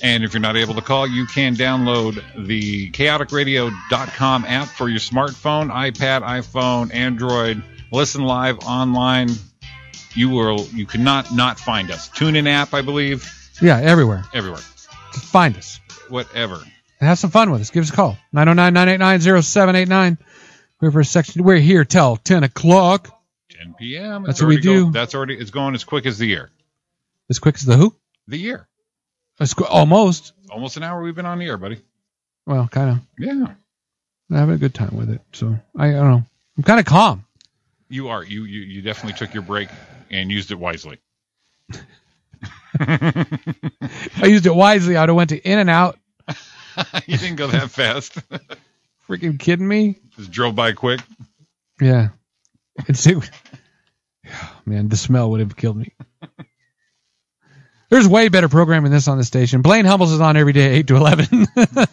S1: And if you're not able to call, you can download the chaoticradio.com app for your smartphone, iPad, iPhone, Android. Listen live online. You will you cannot not find us. Tune in app, I believe,
S2: Yeah, everywhere.
S1: everywhere.
S2: Just find us.
S1: Whatever.
S2: And have some fun with us. Give us a call, 909-989-0789. We're for a section. We're here till 10 o'clock.
S1: 10 p.m.
S2: That's
S1: It's
S2: what we
S1: already go-
S2: do.
S1: that's already it's going as quick as the year.
S2: As quick as the who?
S1: The year.
S2: As qu- almost.
S1: Almost an hour we've been on the air, buddy.
S2: Well, kind of.
S1: Yeah.
S2: I'm having a good time with it. So, I, I don't know. I'm kind of calm.
S1: You are. You you you definitely took your break and used it wisely.
S2: If I used it wisely. I would have went to in and out.
S1: you didn't go that fast.
S2: Freaking kidding me?
S1: Just drove by quick.
S2: Yeah. It's it, man, the smell would have killed me. There's way better programming this on the station. Blaine Humbles is on every day, eight to eleven.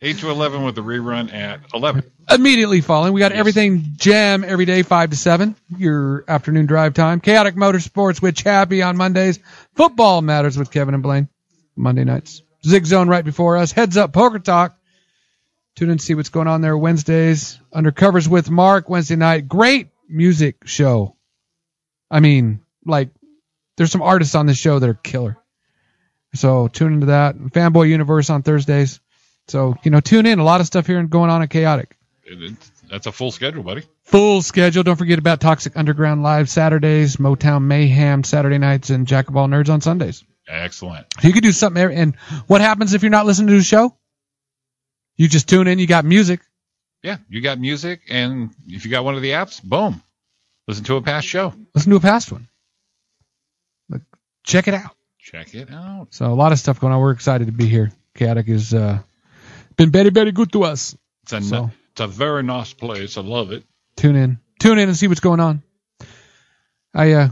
S1: 8 to 11 with the rerun at 11.
S2: Immediately following, we got
S1: Yes.
S2: everything jam every day, five to seven. Your afternoon drive time. Chaotic Motorsports with Chappie on Mondays. Football matters with Kevin and Blaine Monday nights. Zig Zone right before us. Heads up Poker Talk. Tune in and see what's going on there Wednesdays. Undercovers with Mark Wednesday night. Great music show. I mean, like, there's some artists on this show that are killer. So tune into that. Fanboy Universe on Thursdays. So, you know, tune in. A lot of stuff here and going on at Chaotic.
S1: It- it- that's a full schedule, buddy.
S2: Full schedule. Don't forget about Toxic Underground Live Saturdays, Motown Mayhem Saturday nights, and Jack of All Nerds on Sundays.
S1: Excellent.
S2: So you could do something. every- And what happens if you're not listening to the show? You just tune in. You got music.
S1: Yeah, you got music, and if you got one of the apps, boom. Listen to a past show.
S2: Listen to a past one. Look, check it out.
S1: Check it out.
S2: So a lot of stuff going on. We're excited to be here. Chaotic is uh, been very, very good to us.
S1: It's a,
S2: So-
S1: it's a very nice place. I love it.
S2: Tune in. Tune in and see what's going on. I uh,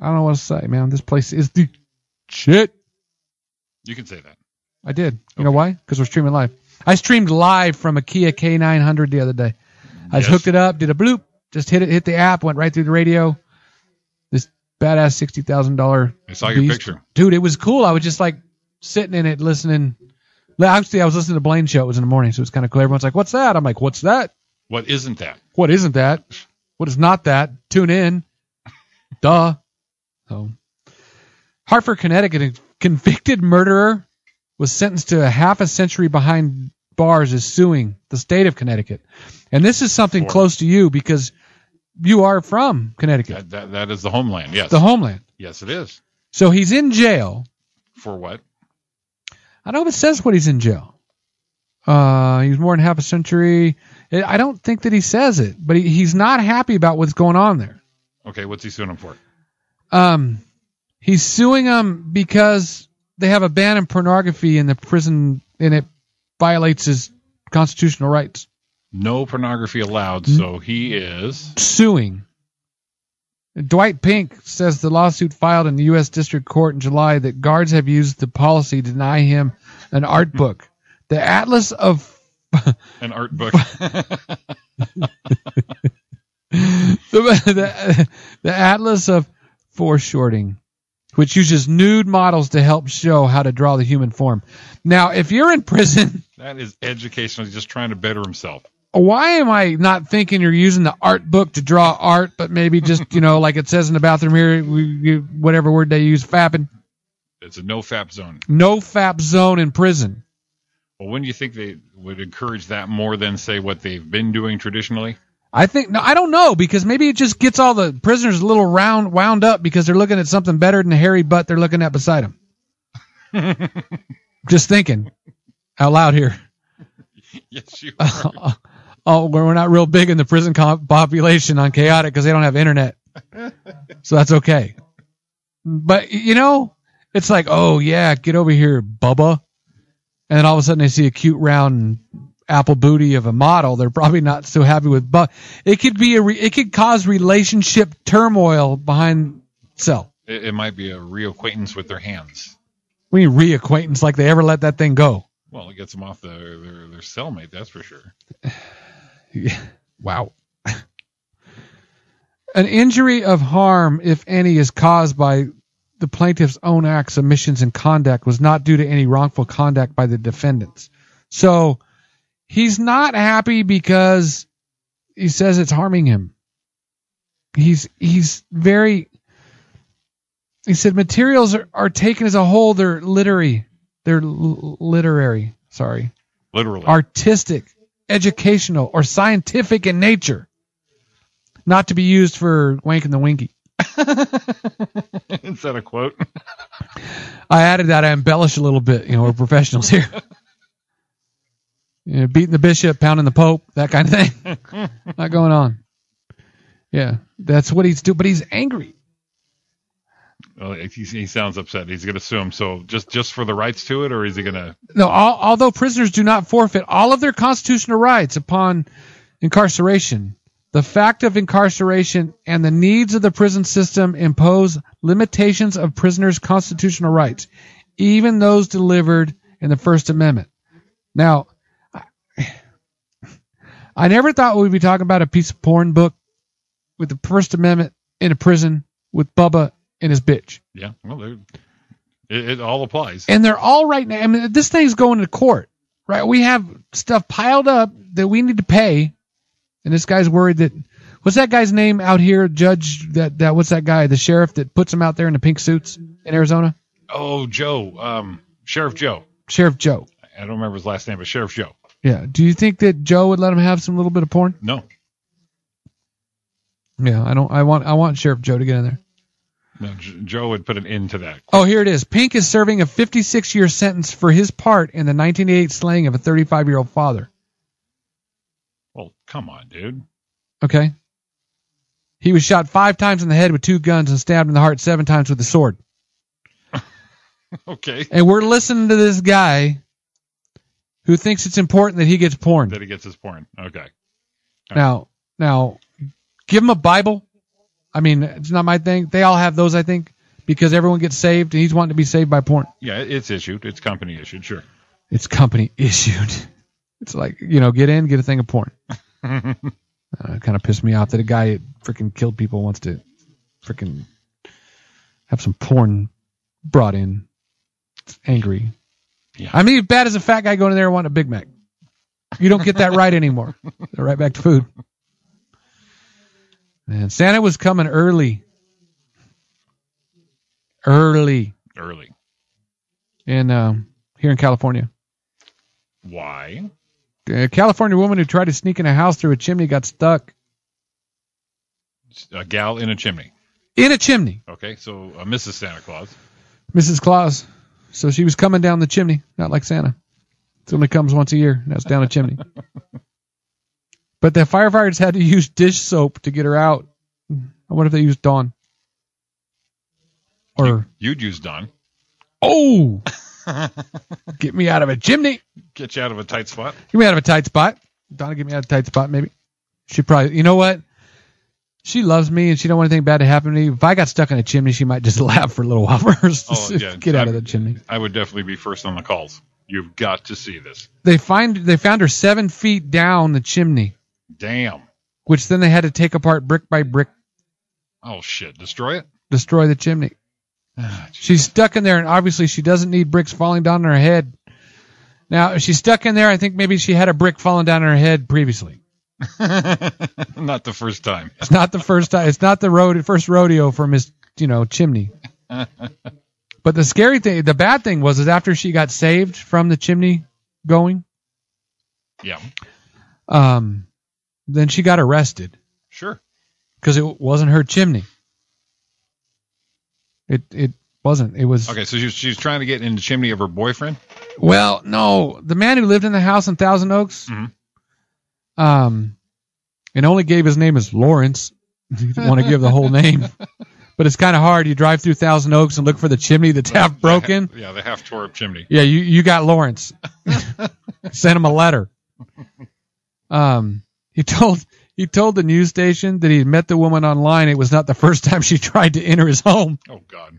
S2: I don't know what to say, man. This place is the shit.
S1: You can say that.
S2: I did. You know why? Because we're streaming live. I streamed live from a Kia K900 the other day. I just
S1: Yes.
S2: hooked it up, did a bloop, just hit it, hit the app, went right through the radio. This badass sixty thousand dollar
S1: I saw your
S2: Beast.
S1: picture.
S2: dude. It was cool. I was just like sitting in it, listening. Well, Actually, I was listening to Blaine show. It was in the morning, so it was kind of cool. Everyone's like, "What's that?" I'm like, "What's that?
S1: What isn't that?
S2: What isn't that? What is not that? Tune in." Duh. So, Hartford, Connecticut, a convicted murderer was sentenced to a half a century behind bars is suing the state of Connecticut. And this is something
S1: For-
S2: close to you because you are from
S1: That,
S2: Connecticut,
S1: that, that is the homeland. Yes.
S2: the homeland.
S1: yes, it is.
S2: So he's in jail.
S1: For what?
S2: I don't know if it says what he's in jail. Uh, he was more than half a century. I I don't think that he says it, but he, he's not happy about what's going on there.
S1: Okay, what's he suing him for?
S2: Um, he's suing them because they have a ban on pornography in the prison, and it violates his constitutional rights.
S1: No pornography allowed. So he is.
S2: Suing. Dwight Pink says the lawsuit filed in the U.S. District Court in July that guards have used the policy to deny him an art book, the Atlas of
S1: An art book.
S2: the, the, the Atlas of Foreshorting, which uses nude models to help show how to draw the human form. Now, if you're in prison,
S1: that is educational. He's just trying to better himself.
S2: why am I not thinking you're using the art book to draw art, but maybe just, you know, like it says in the bathroom here, we, you, whatever word they use, fapping?
S1: It's a no fap zone.
S2: No fap zone in prison.
S1: Well, when do you think they would encourage that more than say what they've been doing traditionally?
S2: I think no, I don't know because maybe it just gets all the prisoners a little round wound up because they're looking at something better than the hairy butt they're looking at beside them. just thinking out loud here.
S1: Yes, you.
S2: oh, we're we're not real big in the prison co- population on chaotic because they don't have internet, so that's okay. But y- you know, it's like, oh yeah, get over here, Bubba, and then all of a sudden they see a cute round apple booty of a model. They're probably not so happy with Bubba. It could be a re- it could cause relationship turmoil behind cell.
S1: It, it might be a reacquaintance with their hands.
S2: We need reacquaintance like they ever let that thing go.
S1: Well, it gets them off the, their their cellmate. That's for sure.
S2: Wow. An injury of harm, if any, is caused by the plaintiff's own acts, omissions, and conduct was not due to any wrongful conduct by the defendants. So he's not happy because he says it's harming him. He's he's very he said materials are, are taken as a whole, they're literary. They're l- literary. Sorry
S1: Literally.
S2: artistic, educational, or scientific in nature, not to be used for wanking the winky.
S1: Is that a quote?
S2: I added that I embellish a little bit. You know, we're professionals here. You know, beating the bishop, pounding the pope, that kind of thing. Not going on. Yeah, that's what he's doing, but he's angry.
S1: Well, he, he sounds upset. He's going to sue him. So just just for the rights to it, or is he going to?
S2: No, all, although prisoners do not forfeit all of their constitutional rights upon incarceration, the fact of incarceration and the needs of the prison system impose limitations of prisoners' constitutional rights, even those delivered in the First Amendment. Now, I, I never thought we'd be talking about a piece of porn book with the First Amendment in a prison with Bubba and his bitch.
S1: Yeah. Well, they're- it, it all applies.
S2: And they're all right now. I mean, this thing's going to court, right? We have stuff piled up that we need to pay, and this guy's worried that what's that guy's name out here? Judge that that what's that guy? The sheriff that puts him out there in the pink suits in Arizona?
S1: Oh, Joe, um, Sheriff Joe.
S2: Sheriff Joe.
S1: I don't remember his last name, but Sheriff Joe.
S2: Yeah. Do you think that Joe would let him have some little bit of porn?
S1: No,
S2: Yeah. I don't. I want. I want Sheriff Joe to get in there.
S1: no, J- Joe would put an end to that.
S2: Oh, here it is. Pink is serving a 56 year sentence for his part in the 1988 slaying of a 35 year old father.
S1: Well, come on, dude.
S2: Okay. He was shot five times in the head with two guns and stabbed in the heart seven times with a sword.
S1: Okay.
S2: And we're listening to this guy who thinks it's important that he gets porn.
S1: That he gets his porn. Okay.
S2: Now, now, give him a Bible. I mean, it's not my thing. They all have those, I think, because everyone gets saved, and he's wanting to be saved by porn.
S1: Yeah, it's issued. It's company issued. Sure.
S2: It's company issued. It's like you know, get in, get a thing of porn. uh, it kind of pissed me off that a guy that freaking killed people wants to freaking have some porn brought in. It's angry.
S1: Yeah.
S2: I mean, bad as a fat guy going in there wanting a Big Mac. You don't get that right anymore. They're right back to food. Man, Santa was coming early. Early
S1: Early.
S2: in um, here in California.
S1: Why?
S2: A California woman who tried to sneak in a house through a chimney got stuck
S1: A gal in a chimney.
S2: in a chimney.
S1: Okay, so uh, Mrs. Santa Claus.
S2: Mrs. Claus. So she was coming down the chimney, not like Santa. It only comes once a year. Now it's down a chimney. But the firefighters had to use dish soap to get her out. I wonder if they used Dawn. Or
S1: You'd use Don.
S2: oh, get me out of a chimney.
S1: Get you out of a tight spot.
S2: Get me out of a tight spot. Donna, get me out of a tight spot. Maybe she probably. You know what? She loves me, and she don't want anything bad to happen to me. If I got stuck in a chimney, she might just laugh for a little while first.
S1: Oh, yeah.
S2: get out
S1: I-
S2: of the chimney.
S1: I would definitely be first on the calls. You've got to see this.
S2: They find they found her seven feet down the chimney,
S1: Damn.
S2: which then they had to take apart brick by brick,
S1: Oh shit! Destroy it.
S2: destroy the chimney.
S1: Ah,
S2: She's stuck in there, and obviously she doesn't need bricks falling down on her head. Now, if she's stuck in there, I think maybe she had a brick falling down on her head previously.
S1: Not the first time.
S2: It's not the first time. It's not the road first rodeo from his, you know, chimney. but the scary thing, the bad thing was, is after she got saved from the chimney going,
S1: Yeah.
S2: um, then she got arrested
S1: Sure.
S2: because it wasn't her chimney. It it wasn't. It was
S1: Okay, so she's she's trying to get in the chimney of her boyfriend.
S2: well, no, the man who lived in the house in Thousand Oaks,
S1: Mhm.
S2: um, and only gave his name as Lawrence. You didn't want to give the whole name, but it's kind of hard. You drive through Thousand Oaks and look for the chimney that's half broken.
S1: Yeah, the half tore up chimney.
S2: Yeah, you, you got Lawrence. Sent him a letter. Um, he told he told the news station that he had met the woman online. It was not the first time she tried to enter his home.
S1: Oh God.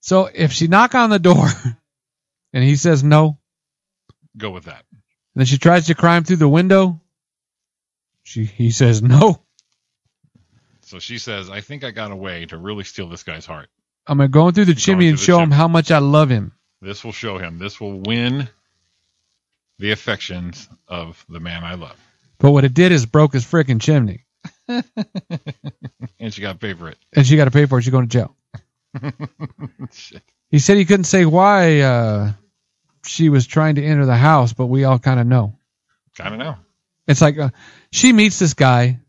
S2: So if she knock on the door and he says no,
S1: Go with that.
S2: then she tries to climb through the window, she he says no.
S1: So she says, "I think I got a way to really steal this guy's heart.
S2: I'm gonna go through the chimney
S1: through
S2: and
S1: the
S2: show him
S1: chimney.
S2: how much I love him.
S1: This will show him. This will win the affections of the man I love."
S2: But what it did is broke his frickin' chimney,
S1: And she got paid for it.
S2: and she got to pay for it. She's going to jail.
S1: Shit.
S2: He said he couldn't say why uh, she was trying to enter the house, but we all kind of know.
S1: I don't know.
S2: It's like uh, she meets this guy,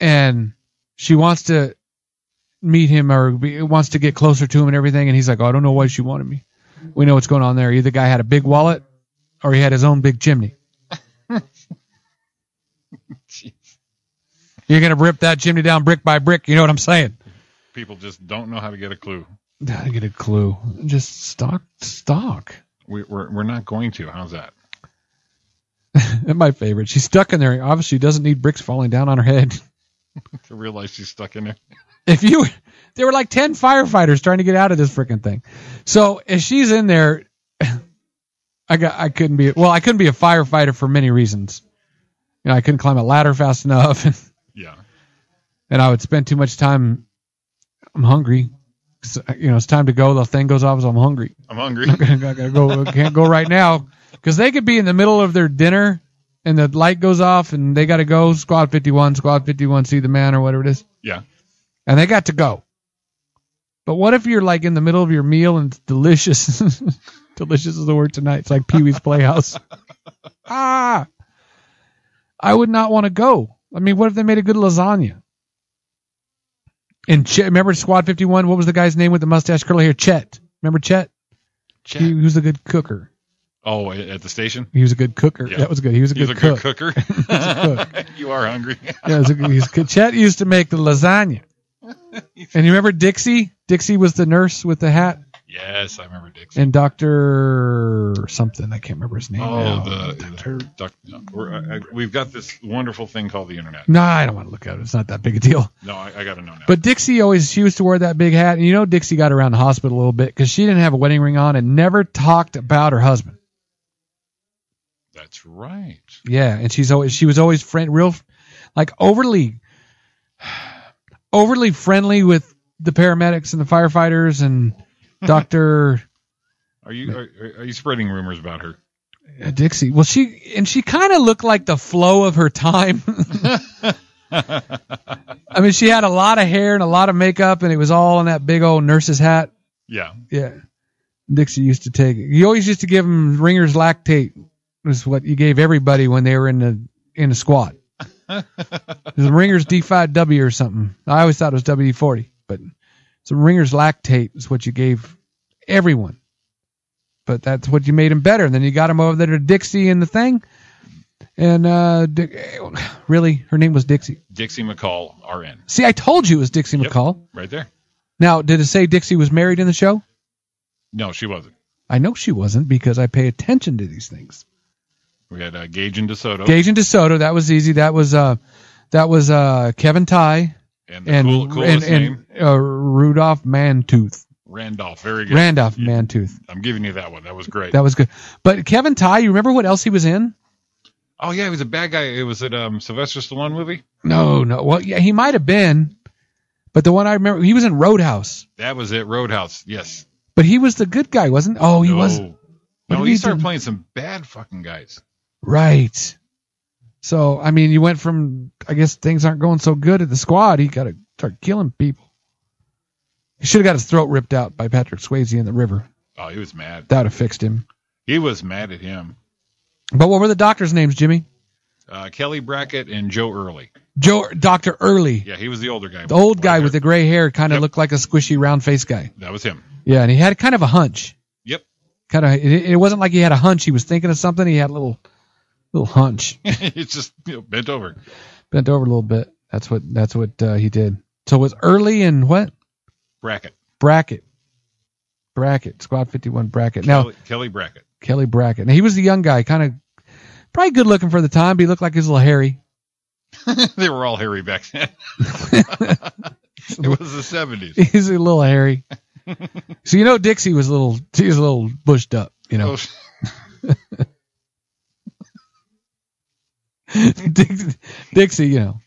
S2: and she wants to meet him or be, wants to get closer to him and everything. And he's like, oh, I don't know why she wanted me. We know what's going on there. Either guy had a big wallet, or he had his own big chimney.
S1: Jeez.
S2: You're gonna rip that chimney down brick by brick. You know what I'm saying?
S1: People just don't know how to get a clue.
S2: I get a clue. Just stock, stock.
S1: We, we're we're not going to. How's that?
S2: My favorite. She's stuck in there. Obviously, doesn't need bricks falling down on her head.
S1: To realize she's stuck in there.
S2: if you there were like 10 firefighters trying to get out of this freaking thing so if she's in there i got i couldn't be well i couldn't be a firefighter for many reasons you know i couldn't climb a ladder fast enough and,
S1: Yeah.
S2: and i would spend too much time i'm hungry So, you know it's time to go the thing goes off so i'm hungry
S1: I'm hungry.
S2: i gotta go can't go right now because they could be in the middle of their dinner and the light goes off and they gotta go squad 51 squad 51 see the man or whatever it is
S1: Yeah.
S2: and they got to go. But what if you're like in the middle of your meal and it's delicious? delicious is the word tonight. It's like Pee Wee's Playhouse. ah, I would not want to go. I mean, what if they made a good lasagna? And Chet, remember Squad 51? What was the guy's name with the mustache curly hair? Chet. Remember Chet? He,
S1: Chat.
S2: was a good cooker.
S1: Oh, a- at the station.
S2: He was a good cooker.
S1: Yeah.
S2: That was good. He was a
S1: He's
S2: good
S1: a
S2: cook.
S1: good cooker. you are hungry.
S2: Yeah, it was a, he was good. Chet used to make the lasagna. And you remember Dixie? Dixie was the nurse with the hat.
S1: yes, I remember Dixie.
S2: and Doctor something. I can't remember his name.
S1: Oh,
S2: now.
S1: the, the duck, no, we're, I, I, we've got this wonderful thing called the internet.
S2: no, I don't want to look at it. It's not that big a deal.
S1: No, I, I got to know now.
S2: But Dixie always she used to wear that big hat, and you know Dixie got around the hospital a little bit because she didn't have a wedding ring on and never talked about her husband.
S1: That's right.
S2: Yeah, and she's always she was always friend real, like overly, overly friendly with the paramedics and the firefighters and Doctor.
S1: Are you are, are you spreading rumors about her?
S2: Uh, Dixie. Well, she and she kind of looked like the flow of her time. I mean, she had a lot of hair and a lot of makeup, and it was all in that big old nurse's hat.
S1: Yeah.
S2: Yeah, Dixie used to take. it. You always used to give him Ringer's lactate. was what you gave everybody when they were in the in the squat. the Ringer's D5W or something. I always thought it was WD40, but some Ringer's lactate is what you gave everyone. But that's what you made him better. And then you got him over there to Dixie and the thing. And uh, Di- really, her name was Dixie.
S1: Dixie McCall, RN,
S2: See, I told you it was Dixie
S1: Yep.
S2: McCall.
S1: right there.
S2: Now, did it say Dixie was married in the show?
S1: No, she wasn't.
S2: I know she wasn't because I pay attention to these things.
S1: We had uh, Gage and DeSoto
S2: Gage and DeSoto, that was easy. That was uh, that was uh, Kevin Ty
S1: and the
S2: and
S1: cool,
S2: and,
S1: coolest name,
S2: and uh, Rudolph Mantooth,
S1: Randolph. Very good.
S2: Randolph Mantooth.
S1: I'm giving you that one. That was great.
S2: That was good. But Kevin Ty, you remember what else he was in?
S1: oh yeah, he was a bad guy. It was it um Sylvester Stallone movie.
S2: No, no. Well, yeah, he might have been, but the one I remember, he was in Roadhouse.
S1: That was it. Roadhouse. Yes.
S2: But he was the good guy, wasn't? Oh, he
S1: no.
S2: was What
S1: No,
S2: did
S1: he
S2: he
S1: started
S2: do?
S1: playing some bad fucking guys.
S2: right. So I mean, you went from I guess things aren't going so good at the squad. He got to start killing people. He should have got his throat ripped out by Patrick Swayze in the river.
S1: Oh, he was mad.
S2: That would have fixed him.
S1: He was mad at him.
S2: But what were the doctors' names, Jimmy?
S1: Uh, Kelly Brackett and Joe Early.
S2: Joe, Doctor Early,
S1: Yeah, he was the older guy.
S2: the old
S1: White
S2: guy
S1: hair.
S2: with the gray hair, kind of
S1: Yep.
S2: looked like a squishy round face guy.
S1: That was him.
S2: Yeah, and he had kind of a hunch.
S1: Yep.
S2: kind of it, it wasn't like he had a hunch he was thinking of something he had a little little hunch
S1: it's just you know, bent over.
S2: bent over a little bit that's what that's what uh, he did so it was early and what
S1: Brackett.
S2: bracket bracket squad 51 bracket now kelly,
S1: Kelly, Kelly Brackett.
S2: bracket now he was the young guy kind of probably good looking for the time but he looked like he was a little hairy
S1: they were all hairy back then. it was the seventies.
S2: he's a little hairy so you know dixie was a little he was a little bushed up you
S1: Oh,
S2: know Dix- dixie you know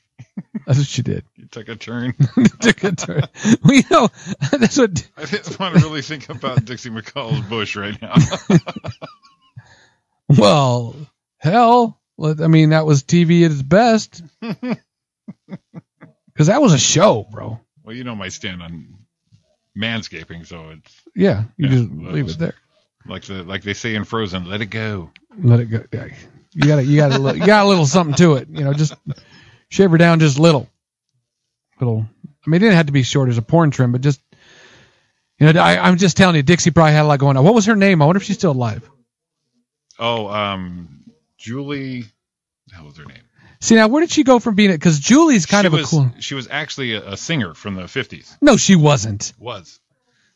S2: that's what she did
S1: you took a turn.
S2: took a turn. Well, you know that's what
S1: I didn't want to really think about Dixie McCall's bush right now.
S2: Well, hell, let- I mean that was TV at its best. Because that was a show, bro.
S1: well, you know my stand on manscaping, so it's
S2: Yeah, you
S1: Yeah,
S2: just
S1: that
S2: leave
S1: was-
S2: it there,
S1: like the like they say in Frozen, let it go.
S2: let it go. Yeah. You got you got a little, you got a little something to it, you know. Just shave her down just little, little. I mean, it didn't have to be short as a porn trim, but just you know, I, I'm just telling you, Dixie probably had a lot going on. What was her name? I wonder if she's still alive.
S1: Oh, um, Julie. How was her name?
S2: See now, where did she go from being it? Because Julie's kind
S1: she
S2: of a
S1: was,
S2: cool.
S1: She was actually a, a singer from the fifties.
S2: No, she wasn't.
S1: Was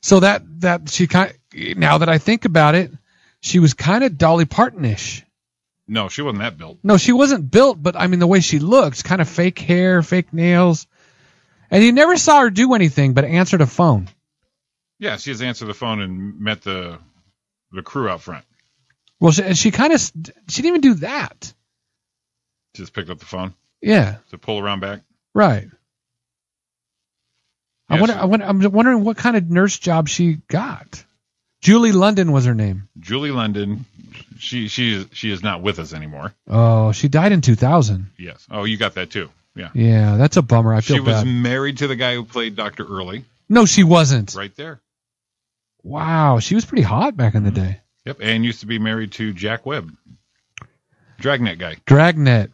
S2: So that that she kind now that I think about it, she was kind of Dolly Partonish.
S1: no, she wasn't that built.
S2: No, she wasn't built, but I mean the way she looked, kind of fake hair, fake nails, and you never saw her do anything but answer the phone.
S1: Yeah, she has answered the phone and met the the crew out front.
S2: Well, she, and she kind of she didn't even do that.
S1: Just picked up the phone
S2: Yeah,
S1: to pull around back.
S2: right. I
S1: Yeah,
S2: wonder,
S1: she-
S2: I wonder. I'm wondering what kind of nurse job she got. Julie London was her name.
S1: Julie London. She she is she is not with us anymore.
S2: Oh, she died in 2000.
S1: Yes. Oh, you got that too. Yeah.
S2: Yeah, that's a bummer. I feel
S1: She was
S2: bad.
S1: married to the guy who played Dr. Early
S2: no, she wasn't.
S1: right there.
S2: Wow, she was pretty hot back in the
S1: Mm-hmm.
S2: day.
S1: Yep. And used to be married to Jack Webb. Dragnet guy.
S2: Dragnet.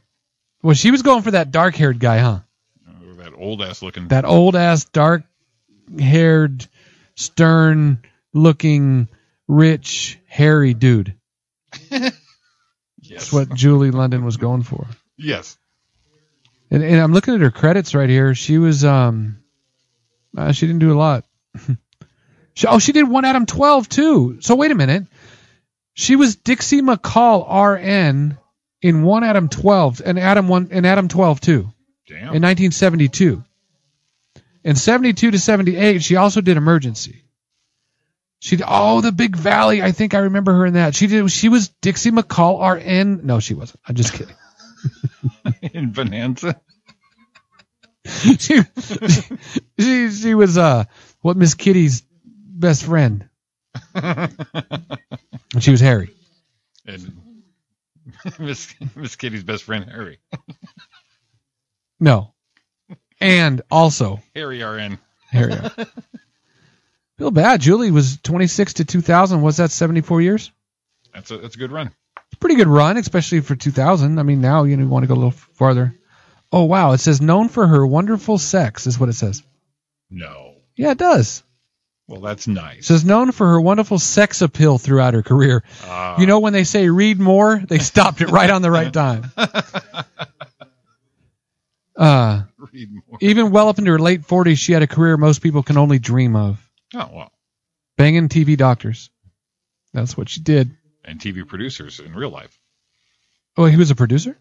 S2: Well, she was going for that dark haired guy, huh?
S1: Uh, That old ass looking.
S2: That old ass dark haired, stern looking, rich, hairy dude.
S1: yes.
S2: That's what Julie London was going for.
S1: Yes.
S2: And, and I'm looking at her credits right here. She was um, uh, she didn't do a lot. she, oh, she did one Adam 12 too. So wait a minute, she was Dixie McCall RN in one Adam 12 and Adam one and Adam 12 too.
S1: Damn.
S2: in 1972. In 72 to 78, she also did Emergency. She did, oh the Big Valley. I think I remember her in that. She did. She was Dixie McCall RN. No, she wasn't. I'm just kidding.
S1: in Bonanza.
S2: she, she she was uh what Miss Kitty's best friend. And she was Harry.
S1: And Miss Miss Kitty's best friend Harry.
S2: No, and also
S1: Harry RN.
S2: Harry. Feel bad. Julie was 26 to 2000. Was that 74 years?
S1: That's a that's a good run.
S2: pretty good run, especially for 2000. I mean, now you know you want to go a little farther. Oh wow, it says known for her wonderful sex is what it says.
S1: No.
S2: Yeah, it does.
S1: Well, that's
S2: It
S1: nice.
S2: says known for her wonderful sex appeal throughout her career.
S1: Uh,
S2: You know when they say read more, they stopped it right on the right time. Uh,
S1: read more.
S2: even well up into her late 40s, she had a career most people can only dream of.
S1: Oh well,
S2: Banging TV doctors. That's what she did.
S1: and TV producers in real life.
S2: Oh, he was a producer?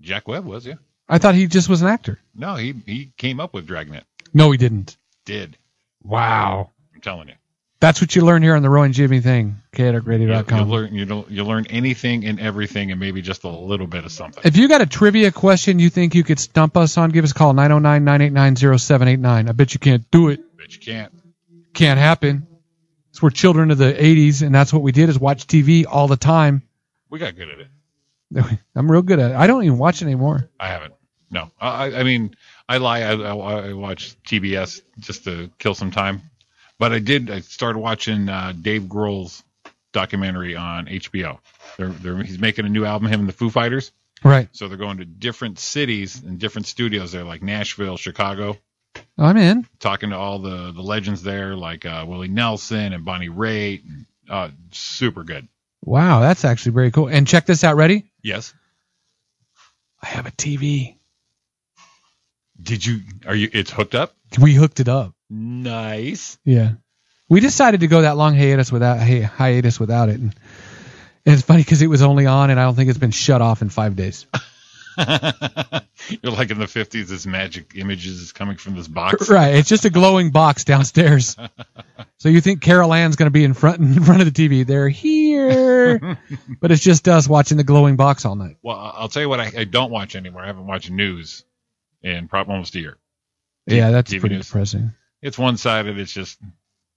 S1: Jack Webb was, yeah.
S2: I thought he just was an actor.
S1: No, he he came up with Dragnet.
S2: No, he didn't.
S1: Did
S2: Wow.
S1: I'm telling you.
S2: That's what you learn here on the Rowan Jimmy thing.
S1: You, you
S2: KDarkRadio.com.
S1: learn you don't- you learn anything and everything, and maybe just a little bit of something.
S2: If you got a trivia question you think you could stump us on, give us a call 909 989 0789. I bet you can't do it.
S1: But you can't.
S2: Can't happen. 'Cause We're children of the 80s, and that's what we did is watch TV all the time.
S1: We got good at it.
S2: I'm real good at it. I don't even watch it anymore.
S1: I haven't. No, I I I mean I lie. I, I, I watch TBS just to kill some time, but I did. I started watching uh, Dave Grohl's documentary on HBO. They're, they're, he's making a new album, him and the Foo Fighters.
S2: Right.
S1: So they're going to different cities and different studios. They're like Nashville, Chicago,
S2: I'm in.
S1: talking to all the, the legends there, like uh, Willie Nelson and Bonnie Raitt. And, uh, super good.
S2: Wow, that's actually very cool. And check this out. Ready?
S1: Yes.
S2: I have a TV.
S1: Did you? Are you? It's hooked up.
S2: We hooked it up.
S1: Nice.
S2: Yeah. We decided to go that long hiatus without hi- hiatus without it, and, and it's funny because it was only on, and I don't think it's been shut off in five days.
S1: You're like in the 50s, this magic images is coming from this box.
S2: right, it's just a glowing box downstairs. So you think Carol Ann's going to be in front in front of the TV? They're here, but it's just us watching the glowing box all night.
S1: Well, I- I'll tell you what, I, I don't watch anymore. I haven't watched news in probably almost a year. T-
S2: yeah, that's
S1: TV
S2: pretty
S1: news.
S2: depressing.
S1: It's one sided. It's just,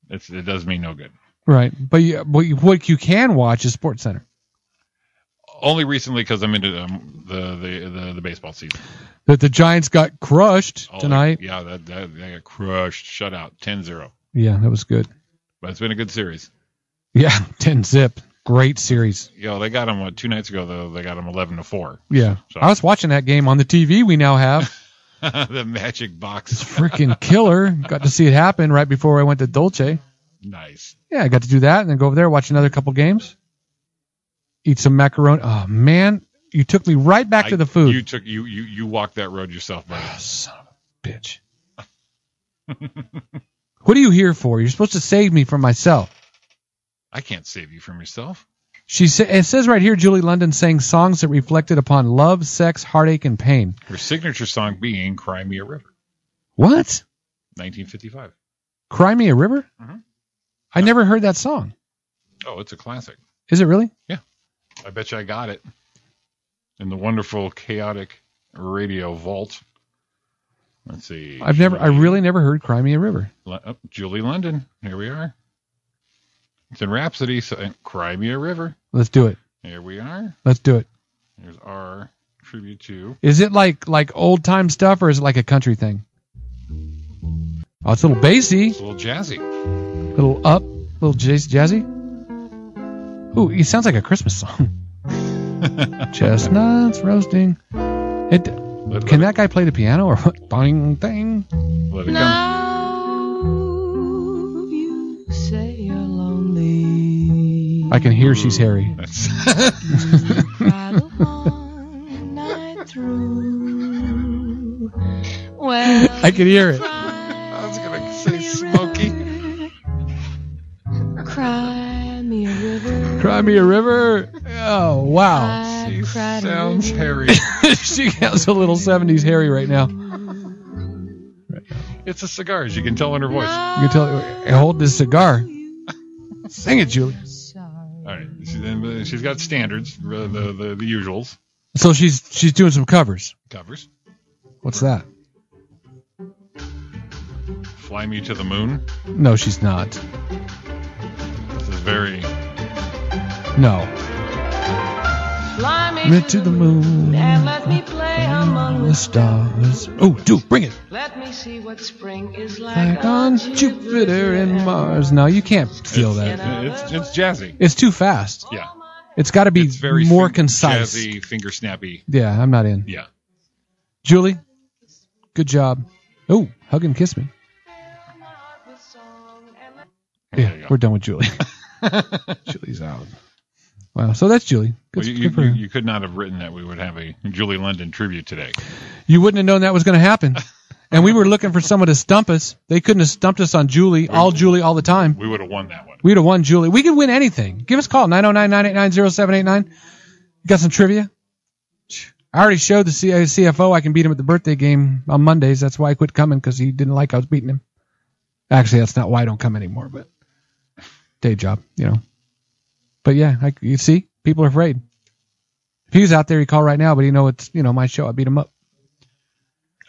S1: it's, it does me no good.
S2: Right, but you, what, you, what you can watch is Sports Center.
S1: Only recently because I'm into um, the, the, the, the baseball season.
S2: That the Giants got crushed
S1: All
S2: tonight.
S1: that- Oh, yeah, that, that, they got crushed, shut out, 10 0.
S2: Yeah, that was good.
S1: But it's been a good series.
S2: Yeah, ten zip, great series.
S1: Yo, they got them, what, two nights ago, though, they got them 11 to 4.
S2: Yeah.
S1: So-
S2: I was watching that game on the TV we now have.
S1: the magic
S2: It's
S1: box.
S2: freaking killer. Got to see it happen right before I went to Dolce.
S1: Nice.
S2: Yeah, I got to do that and then go over there, watch another couple games, eat some macaroni. Oh, man. You took me right back
S1: I-
S2: to the food.
S1: You took you you you walked that road yourself, buddy.
S2: Ah, son of a bitch. what are you here for? You're supposed to save me from myself.
S1: I can't save you from yourself.
S2: She sa- it says right here Julie London sang songs that reflected upon love, sex, heartache, and pain.
S1: Her signature song being "Cry Me a River,"
S2: What?
S1: 1955.
S2: Cry Me a River?
S1: Mhm.
S2: I never heard that song.
S1: Oh, it's a classic.
S2: Is it really?
S1: I bet you I got it in the wonderful chaotic radio vault. Let's see.
S2: I've never, I
S1: Julie
S2: really never heard "Cry Me a River."
S1: Le- oh, Julie London. Here we are. It's in Rhapsody. So, and "Cry Me a River."
S2: Let's do it.
S1: Here we are.
S2: Let's do it.
S1: Here's our tribute to.
S2: Is it like like old time stuff or is it like a country thing? Oh, it's a little bassy,
S1: It's a little jazzy.
S2: a little up, a little jazz- jazzy. Ooh, it sounds like a Christmas song. Chestnuts roasting. It.
S1: Let,
S2: Can
S1: let
S2: that guy play the piano or what? Ding ding.
S1: it, let it come.
S3: Now you say you're lonely.
S2: I can hear she's hairy.
S1: That's
S3: Rattle on night through. Well,
S2: I can hear it.
S3: I
S1: was gonna say Smokey.
S3: Cry me a river.
S2: Cry me a river. Oh wow.
S3: I
S1: she
S3: cried a
S1: sounds
S3: river.
S1: hairy.
S2: she has a little '70s hairy right now.
S1: It's a cigar, as you can tell in her voice.
S3: Now
S2: You can tell. Hold this cigar.
S3: you
S2: Sing it, Julie.
S3: sorry.
S1: All right, she, and, uh, she's got standards, uh, the the, the usuals
S2: So she's she's doing some covers.
S1: covers.
S2: What's that?
S1: Fly me to the moon.
S2: No, she's not.
S1: This is very.
S2: No.
S3: Fly me
S2: Met to the moon
S3: and let me play among
S2: the
S3: the
S2: stars. Oh, dude, bring it.
S3: Let me see what spring is like,
S2: Back on Jupiter and Mars. No, you can't feel
S1: it's,
S2: that.
S1: It's, it's jazzy.
S2: It's too fast.
S1: Yeah.
S2: It's got to be
S1: it's very
S2: more
S1: fin-
S2: concise.
S1: jazzy, finger snappy.
S2: Yeah, I'm not in.
S1: Yeah.
S2: Julie, good job. Oh, hug and kiss me.
S1: There you
S2: Yeah,
S1: go.
S2: we're done with Julie.
S1: well,
S2: Julie's out. Wow, so that's Julie. Good,
S1: you,
S2: good for
S1: you,
S2: her.
S1: you could not have written that we would have a Julie London tribute today.
S2: You wouldn't have known that was going to happen. And we were looking for someone to stump us. They couldn't have stumped us on Julie, all Julie, all the time.
S1: We would have won that one.
S2: We'd have won Julie. We could win anything. Give us a call, 909-989-0789. You got some trivia? I already showed the C- uh, CFO I can beat him at the birthday game on Mondays. That's why I quit coming because he didn't like I was beating him. Actually, that's not why I don't come anymore, but day job, you know. But yeah, I, you see, people are afraid. If he was out there, he'd call right now, but he know it's, you know, my show. I beat him up.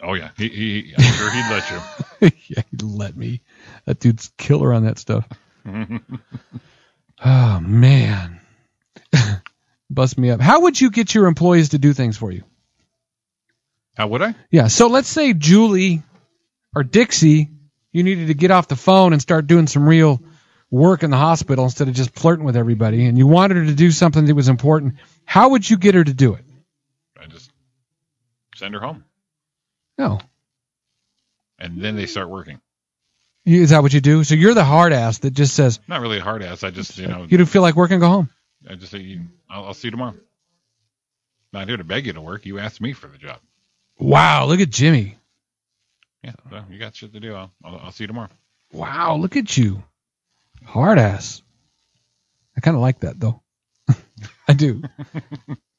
S1: Oh yeah, he, he I'm sure he'd let you.
S2: yeah, he let me. That dude's killer on that stuff. oh man, bust me up. How would you get your employees to do things for you?
S1: How would I?
S2: Yeah. So let's say Julie or Dixie, you needed to get off the phone and start doing some real work in the hospital instead of just flirting with everybody, and you wanted her to do something that was important. How would you get her to do it?
S1: I just send her home,
S2: No.
S1: and then they start working.
S2: You- Is that what you do? So you're the hard ass that just says
S1: Not really a hard ass. I just you know
S2: you don't feel like working, go home.
S1: I just say you- I'll, I'll see you tomorrow. Not here to beg you to work. You asked me for the job.
S2: Wow, look at Jimmy.
S1: Yeah, so you got shit to do. I'll, I'll, I'll see you tomorrow.
S2: Wow, look at you. Hard ass. I kind of like that though. I do.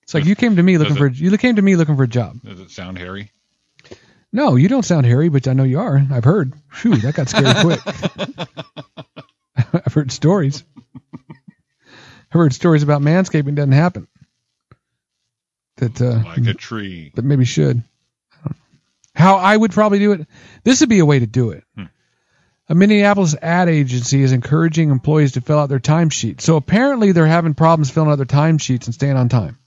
S2: It's like you came to me looking for you came to me looking for a job.
S1: Does it sound hairy?
S2: No, you don't sound hairy, but I know you are. I've heard. Phew, that got scary quick. I've heard stories. I've heard stories about manscaping doesn't happen. That uh,
S1: Like a tree.
S2: that maybe should. I don't know. How I would probably do it. This would be a way to do it.
S1: Hmm.
S2: A Minneapolis ad agency is encouraging employees to fill out their timesheet. So apparently they're having problems filling out their timesheets and staying on time.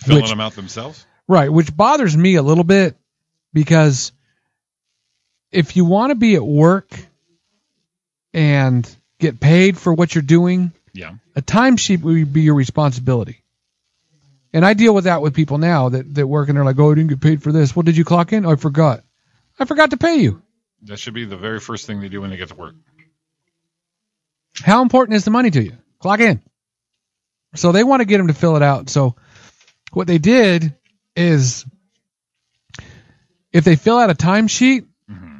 S1: Filling
S2: Which-
S1: them out themselves?
S2: Right, which bothers me a little bit because if you want to be at work and get paid for what you're doing,
S1: Yeah.
S2: a timesheet would be your responsibility. And I deal with that with people now that, that work and they're like, oh, I didn't get paid for this. Well, did you clock in? Oh, I forgot. I forgot to pay you.
S1: That should be the very first thing they do when they get to work.
S2: How important is the money to you? Clock in. So they want to get them to fill it out. So what they did is if they fill out a timesheet,
S1: hmm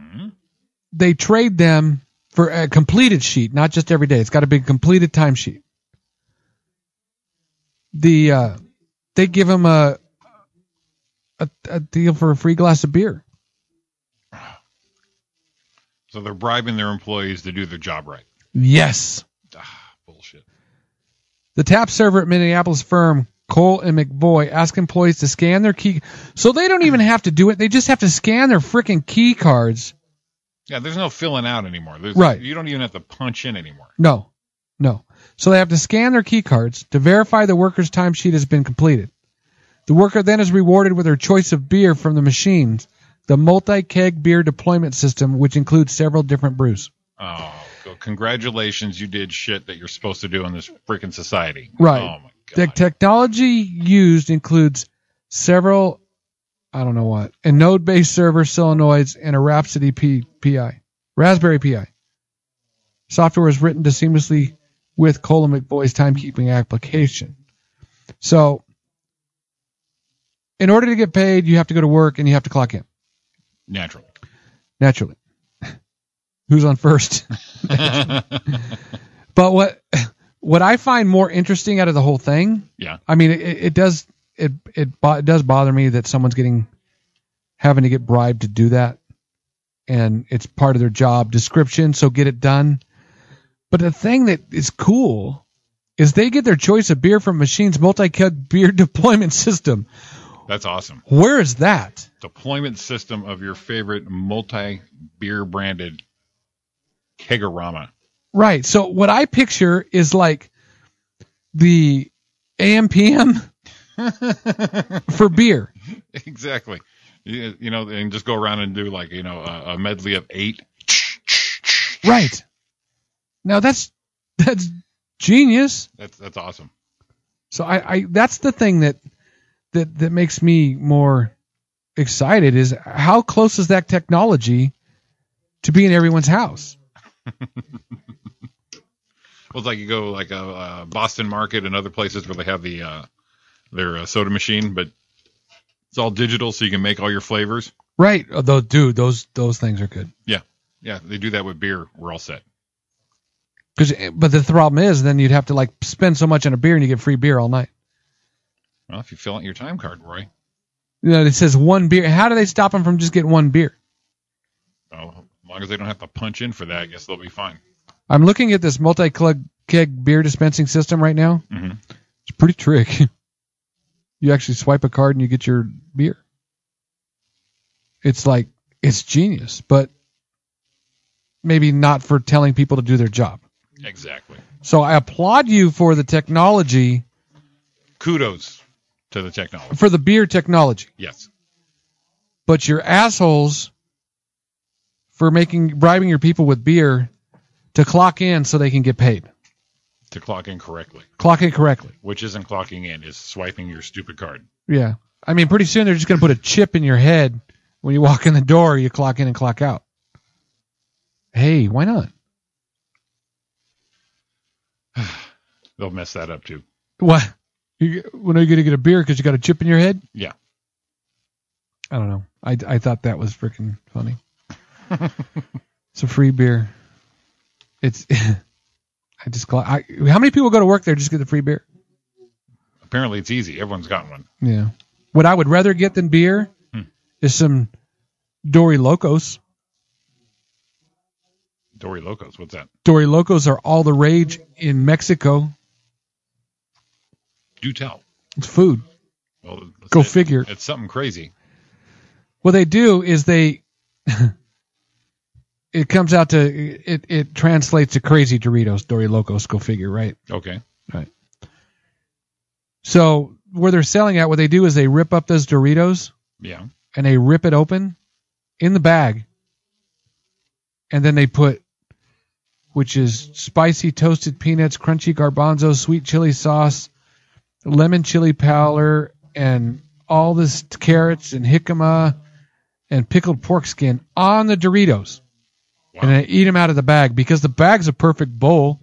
S2: they trade them for a completed sheet, not just every day. It's got to be a completed timesheet. The uh, they give them a, a a deal for a free glass of beer.
S1: So they're bribing their employees to do their job right.
S2: Yes,
S1: Ah, bullshit.
S2: the tap server at Minneapolis firm Cole and McBoy ask employees to scan their key, so they don't even have to do it. They just have to scan their freaking key cards
S1: Yeah, there's no filling out anymore. There's,
S2: Right.
S1: You don't even have to punch in anymore.
S2: No, no. So they have to scan their key cards to verify the worker's timesheet has been completed. The worker then is rewarded with her choice of beer from the machines, the multi-keg beer deployment system, which includes several different brews.
S1: Oh, well, congratulations. You did shit that you're supposed to do in this freaking society.
S2: Right.
S1: Oh, my God.
S2: The technology used includes several, I don't know what, a node-based server, solenoids, and a Rhapsody P- PI, Raspberry PI. Software was written to seamlessly with Colin McBoy's timekeeping application. So, in order to get paid, you have to go to work and you have to clock in
S1: Natural.
S2: naturally. Who's on first? But what what I find more interesting out of the whole thing,
S1: Yeah.
S2: I mean, it, it does it it, bo- it does bother me that someone's getting having to get bribed to do that, and it's part of their job description, so get it done. But the thing that is cool is they get their choice of beer from Machine's multi-keg beer deployment system.
S1: That's awesome.
S2: Where is that?
S1: Deployment system of your favorite multi beer branded kegorama.
S2: Right. So what I picture is like the AM PM for beer.
S1: exactly. You, you know, and just go around and do like, you know, a, a medley of eight.
S2: Right. Now that's that's genius.
S1: That's that's awesome.
S2: So I, I that's the thing that that that makes me more excited is how close is that technology to be in everyone's house?
S1: Well, it's like you go like a uh, uh, Boston Market and other places where they have the uh, their uh, soda machine, but it's all digital, so you can make all your flavors.
S2: Right. Oh, Those dude, those those things are good.
S1: Yeah, they do that with beer. We're all set.
S2: 'Cause- eh, but the problem is then you'd have to like spend so much on a beer and you get free beer all night.
S1: Well, if you fill out your time card, Roy.
S2: You know, it says one beer. How do they stop them from just getting one beer?
S1: Oh, as long as they don't have to punch in for that, I guess they'll be fine.
S2: I'm looking at this multi keg beer dispensing system right now.
S1: Mhm.
S2: It's pretty trick. you actually swipe a card and you get your beer. It's like it's genius, but maybe not for telling people to do their job.
S1: Exactly.
S2: So I applaud you for the technology,
S1: Kudos to the technology.
S2: for the beer technology,
S1: Yes.
S2: but your assholes for making bribing your people with beer to clock in so they can get paid.
S1: To clock in correctly,
S2: Clock in correctly.
S1: which isn't clocking in, is swiping your stupid card.
S2: Yeah. I mean, pretty soon they're just going to put a chip in your head when you walk in the door, you clock in and clock out. Hey, why not?
S1: They'll mess that up too.
S2: What? You, when are you going to get a beer because you got a chip in your head?
S1: Yeah.
S2: I don't know. I, I thought that was freaking funny. it's a free beer. It's. I just clock. I, how many people go to work there just to get the free beer?
S1: Apparently, it's easy. Everyone's got one.
S2: Yeah. What I would rather get than beer
S1: Hmm.
S2: is some Dory Locos.
S1: Dory Locos, what's that?
S2: Dory Locos are all the rage in Mexico.
S1: Do tell.
S2: It's food.
S1: Well,
S2: Go
S1: it-
S2: figure.
S1: It's something crazy.
S2: What they do is they. it comes out to it. It translates to crazy Doritos, Dory Locos. Go figure, right?
S1: Okay.
S2: So where they're selling at, what they do is they rip up those Doritos
S1: Yeah.
S2: and they rip it open in the bag, and then they put, which is spicy toasted peanuts, crunchy garbanzo, sweet chili sauce, lemon chili powder, and all this carrots and jicama and pickled pork skin on the Doritos.
S1: Wow.
S2: And I eat them out of the bag because the bag's a perfect bowl.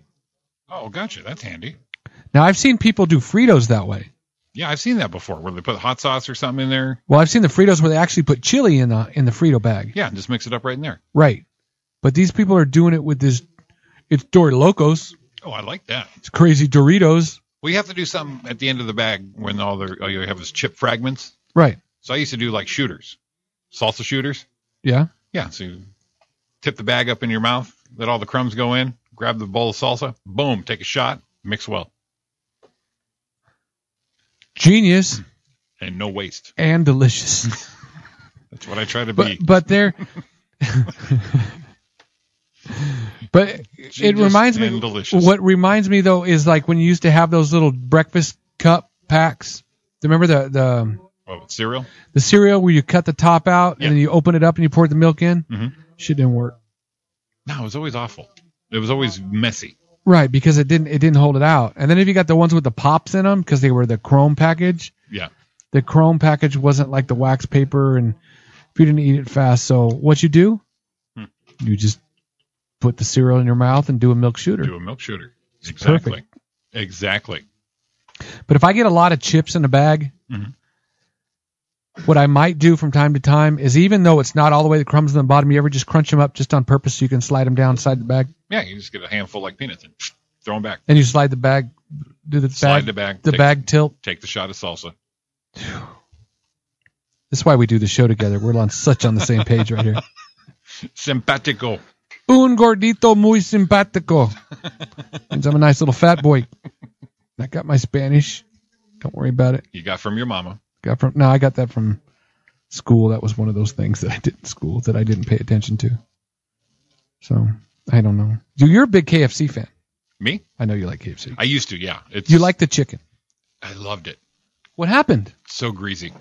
S1: Oh, gotcha. That's handy.
S2: Now I've seen people do Fritos that way.
S1: Yeah, I've seen that before where they put hot sauce or something in there.
S2: Well, I've seen the Fritos where they actually put chili in the in the Frito bag.
S1: Yeah, and just mix it up right in there.
S2: Right. But these people are doing it with this. It's Dory Locos.
S1: Oh, I like that.
S2: It's crazy Doritos.
S1: We have to do something at the end of the bag when all the all you have is chip fragments.
S2: Right.
S1: So I used to do like shooters, salsa shooters.
S2: Yeah.
S1: Yeah. So you tip the bag up in your mouth, let all the crumbs go in, grab the bowl of salsa, boom, take a shot, mix well,
S2: Genius
S1: and no waste.
S2: and delicious.
S1: That's what I try to
S2: But
S1: be.
S2: but they're. but it
S1: Genius
S2: reminds me.
S1: and delicious.
S2: What reminds me though is like when you used to have those little breakfast cup packs. Remember the the
S1: Oh, cereal?
S2: the cereal where you cut the top out
S1: Yeah.
S2: and then you open it up and you poured the milk in?
S1: Mhm.
S2: Shit didn't work.
S1: No, it was always awful. It was always messy.
S2: Right, because it didn't it didn't hold it out. And then if you got the ones with the pops in them, because they were the chrome package,
S1: Yeah.
S2: the chrome package wasn't like the wax paper, and if you didn't eat it fast, so what you do?
S1: Hmm.
S2: You just put the cereal in your mouth and do a milk shooter.
S1: Do a milk shooter.
S2: perfect.
S1: Exactly. Exactly.
S2: But if I get a lot of chips in a bag,
S1: Mhm.
S2: what I might do from time to time is even though it's not all the way the crumbs in the bottom, you ever just crunch them up just on purpose so you can slide them down side the bag,
S1: Yeah, you just get a handful like peanuts and throw them back.
S2: and you slide the bag, do the
S1: Slide
S2: bag,
S1: the bag.
S2: the
S1: take,
S2: bag tilt.
S1: Take the shot of salsa.
S2: That's why we do the show together. We're on such on the same page right here.
S1: Simpatico.
S2: Un gordito muy simpático. Means I'm a nice little fat boy. I got my Spanish. Don't worry about it.
S1: You got from your mama.
S2: Got from no, I got that from school. That was one of those things that I did in school that I didn't pay attention to. So I don't know. You- You're a big KFC fan.
S1: Me?
S2: I know you like KFC.
S1: I used to, yeah. It's,
S2: You like the chicken.
S1: I loved it.
S2: What happened?
S1: So greasy.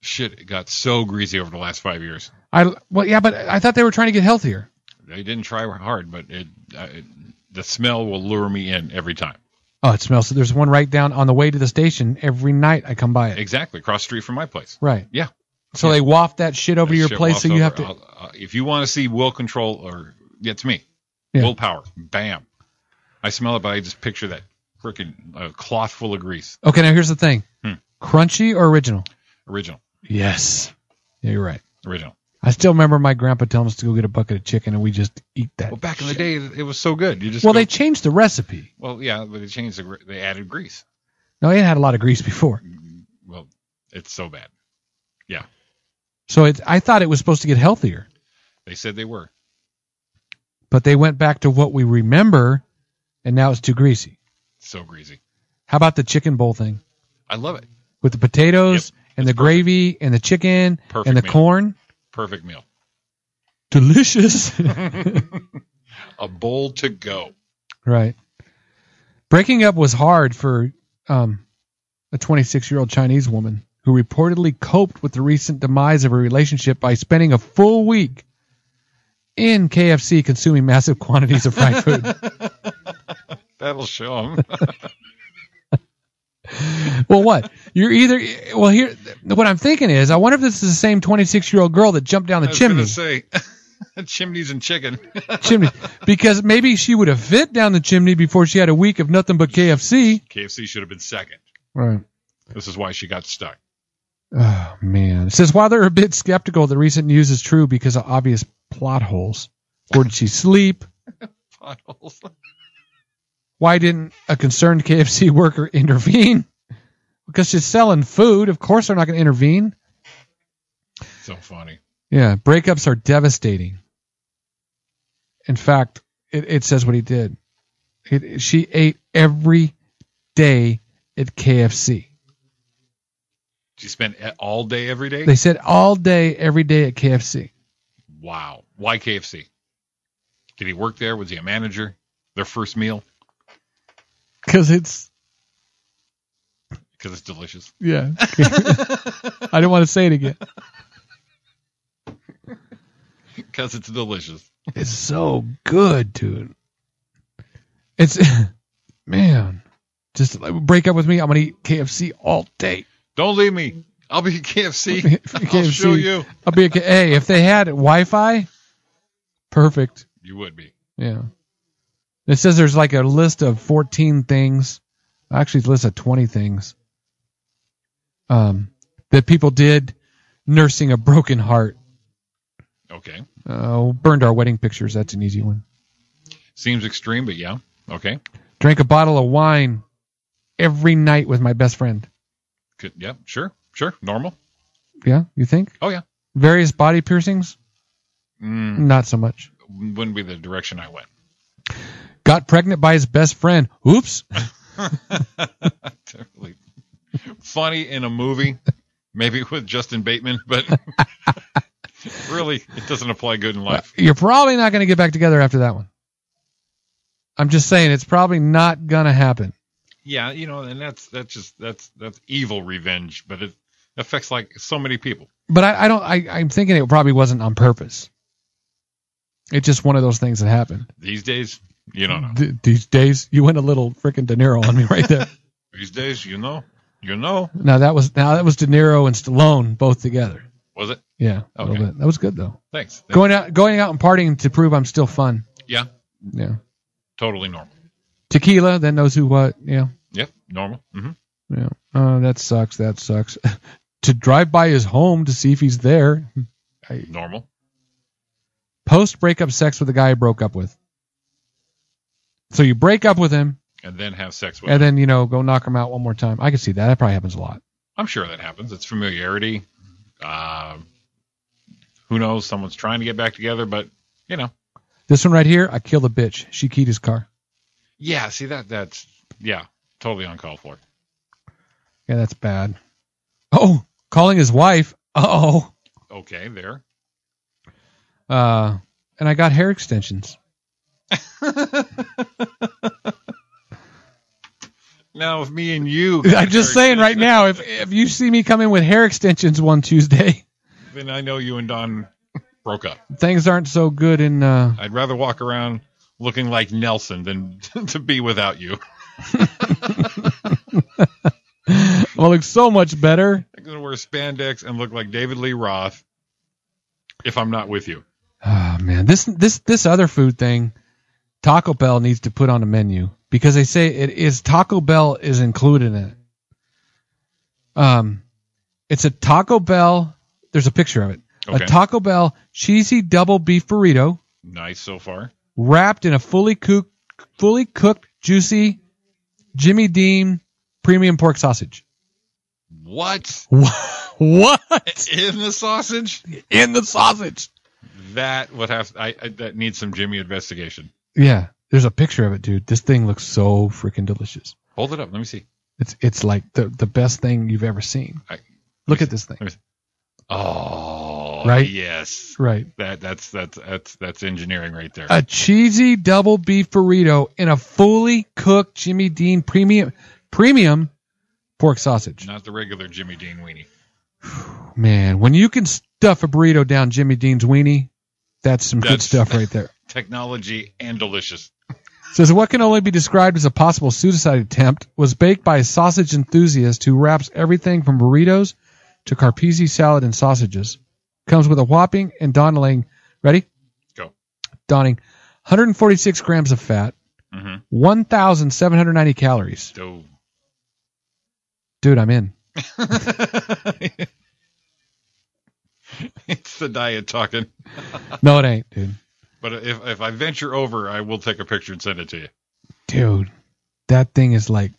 S1: Shit, it got so greasy over the last five years.
S2: I well, yeah, but I thought they were trying to get healthier.
S1: They didn't try hard, but it, uh, it the smell will lure me in every time.
S2: Oh, it smells. There's one right down on the way to the station every night. I come by it.
S1: Exactly, across the street from my place.
S2: Right.
S1: Yeah.
S2: So they waft that shit over to your
S1: Shit
S2: place,
S1: wafts
S2: so you have
S1: over.
S2: to.
S1: I'll- uh, if you want to see will control, or yeah, it's me,
S2: Yeah.
S1: willpower. Bam. I smell it, but I just picture that freaking uh, cloth full of grease.
S2: Okay, now here's the thing:
S1: Hmm.
S2: crunchy or original?
S1: Original,
S2: Yes. Yeah, you're right.
S1: original.
S2: I still remember my grandpa telling us to go get a bucket of chicken, and we just eat that.
S1: Well, back in the
S2: shit.
S1: day, it was so good. You just
S2: Well,
S1: go-
S2: they changed the recipe.
S1: well, yeah, but they changed the gre- they added grease.
S2: No, it had a lot of grease before,
S1: Well, it's so bad.
S2: so it, I thought it was supposed to get healthier,
S1: They said they were.
S2: but they went back to what we remember, and now it's too greasy.
S1: so greasy.
S2: How about the chicken bowl thing
S1: I love it.
S2: with the potatoes
S1: Yep,
S2: and the
S1: it's
S2: gravy and the chicken
S1: Perfect
S2: and the
S1: meal.
S2: corn?
S1: Perfect meal.
S2: Delicious.
S1: A bowl to go.
S2: Right. Breaking up was hard for um, a 26 year old Chinese woman who reportedly coped with the recent demise of her relationship by spending a full week in KFC consuming massive quantities of fried food.
S1: That'll show 'em.
S2: well, what? You're either, well, here, what I'm thinking is, I wonder if this is the same 26 year old girl that jumped down the
S1: I was going
S2: chimney,
S1: to say chimneys and chicken.
S2: chimney, because maybe she would have fit down the chimney before she had a week of nothing but KFC.
S1: KFC should have been second.
S2: Right.
S1: This is why she got stuck.
S2: Oh man. It says while they're a bit skeptical the recent news is true because of obvious plot holes. Where did she sleep?
S1: Potholes.
S2: Why didn't a concerned KFC worker intervene? Because she's selling food. Of course they're not gonna intervene.
S1: So funny.
S2: Yeah, breakups are devastating. In fact, it, it says what he did. It, she ate every day at KFC.
S1: She spent e- all day every day.
S2: They said all day, every day at KFC.
S1: wow. Why KFC? Did he work there? Was he a manager? Their first meal
S2: Because it's
S1: because it's delicious.
S2: Yeah. I didn't want to say it again.
S1: Because it's delicious.
S2: It's so good, dude. It's man, just like, break up with me. I'm gonna eat KFC all day.
S1: Don't leave me. I'll be KFC.
S2: KFC.
S1: I'll show you.
S2: I'll be a, hey if they had Wi-Fi, perfect.
S1: You would be.
S2: Yeah. It says there's like a list of 14 things. Actually, it's a list of 20 things. Um, that people did nursing a broken heart.
S1: Okay.
S2: Oh, burned our wedding pictures. That's an easy one.
S1: Seems extreme, but yeah. Okay.
S2: drank a bottle of wine every night with my best friend.
S1: Could, yeah. Sure. Sure. Normal.
S2: Yeah, you think?
S1: Oh yeah.
S2: Various body piercings?
S1: Mm,
S2: Not so much.
S1: wouldn't be the direction I went.
S2: Got pregnant by his best friend. Oops.
S1: Totally. Funny in a movie, maybe with Justin Bateman, but really, it doesn't apply good in life.
S2: You're probably not going to get back together after that one. I'm just saying it's probably not going to happen.
S1: Yeah, you know, and that's that's just that's that's evil revenge, but it affects like so many people.
S2: But I, I don't I, I'm thinking it probably wasn't on purpose. It's just one of those things that happened.
S1: These days, you don't know.
S2: Th- these days, you went a little freaking De Niro on me right there.
S1: These days, you know, you know,
S2: now that was now that was De Niro and Stallone both together.
S1: was it?
S2: Yeah, a
S1: Okay.
S2: little bit. That was good though.
S1: Thanks.
S2: going out going out and partying to prove I'm still fun.
S1: yeah,
S2: Yeah.
S1: totally normal.
S2: Tequila, then knows who what. Yeah.
S1: Yep, normal. hmm
S2: Yeah. Oh, that sucks. That sucks. to drive by his home to see if he's there.
S1: Normal.
S2: Post breakup sex with the guy I broke up with. So you break up with him
S1: And then have sex with.
S2: and then, you know, go knock him out one more time. I can see that. That probably happens a lot.
S1: I'm sure that happens. It's familiarity. Uh, who knows? Someone's trying to get back together, but you know,
S2: This one right here, I killed a bitch. She keyed his car.
S1: yeah. See that? That's yeah, totally uncalled for.
S2: Yeah, that's bad. Oh, calling his wife. Uh
S1: Okay, there.
S2: oh. Uh and I got hair extensions.
S1: Now, if me and you,
S2: I'm just saying right now, if if you see me come in with hair extensions one Tuesday,
S1: then I know you and Don broke up.
S2: things aren't so good in uh
S1: I'd rather walk around looking like Nelson than to be without you.
S2: I'm gonna look so much better.
S1: I'm going to wear spandex and look like David Lee Roth if I'm not with you.
S2: Oh man, this this this other food thing, Taco Bell needs to put on the menu because they say it is Taco Bell is included in it. Um, it's a Taco Bell. There's a picture of it.
S1: Okay.
S2: A Taco Bell cheesy double beef burrito
S1: nice so far.
S2: wrapped in a fully cooked, fully cooked, juicy Jimmy Dean premium pork sausage.
S1: What?
S2: what
S1: In the sausage?
S2: in the sausage?
S1: That would have I, I that needs some Jimmy investigation.
S2: Yeah, there's a picture of it, dude. This thing looks so freaking delicious.
S1: Hold it up. Let me see.
S2: It's it's like the the best thing you've ever seen.
S1: I-
S2: Look at this thing.
S1: Oh,
S2: Right?
S1: Yes.
S2: Right.
S1: That that's that's that's that's engineering right there.
S2: A cheesy double beef burrito in a fully cooked Jimmy Dean premium premium pork sausage.
S1: Not the regular Jimmy Dean weenie.
S2: Man, when you can stuff a burrito down Jimmy Dean's weenie, that's some good
S1: That's-
S2: stuff right there.
S1: Technology and delicious.
S2: Says what can only be described as a possible suicide attempt was baked by a sausage enthusiast who wraps everything from burritos to carpizzi salad and sausages. Comes with a whopping and donning, ready?
S1: Go.
S2: Donning, 146 grams of fat,
S1: Mm-hmm.
S2: 1,790 calories.
S1: So
S2: Dude, I'm in.
S1: it's the diet talking.
S2: No, it ain't, dude.
S1: But if if I venture over, I will take a picture and send it to you
S2: Dude, that thing is like,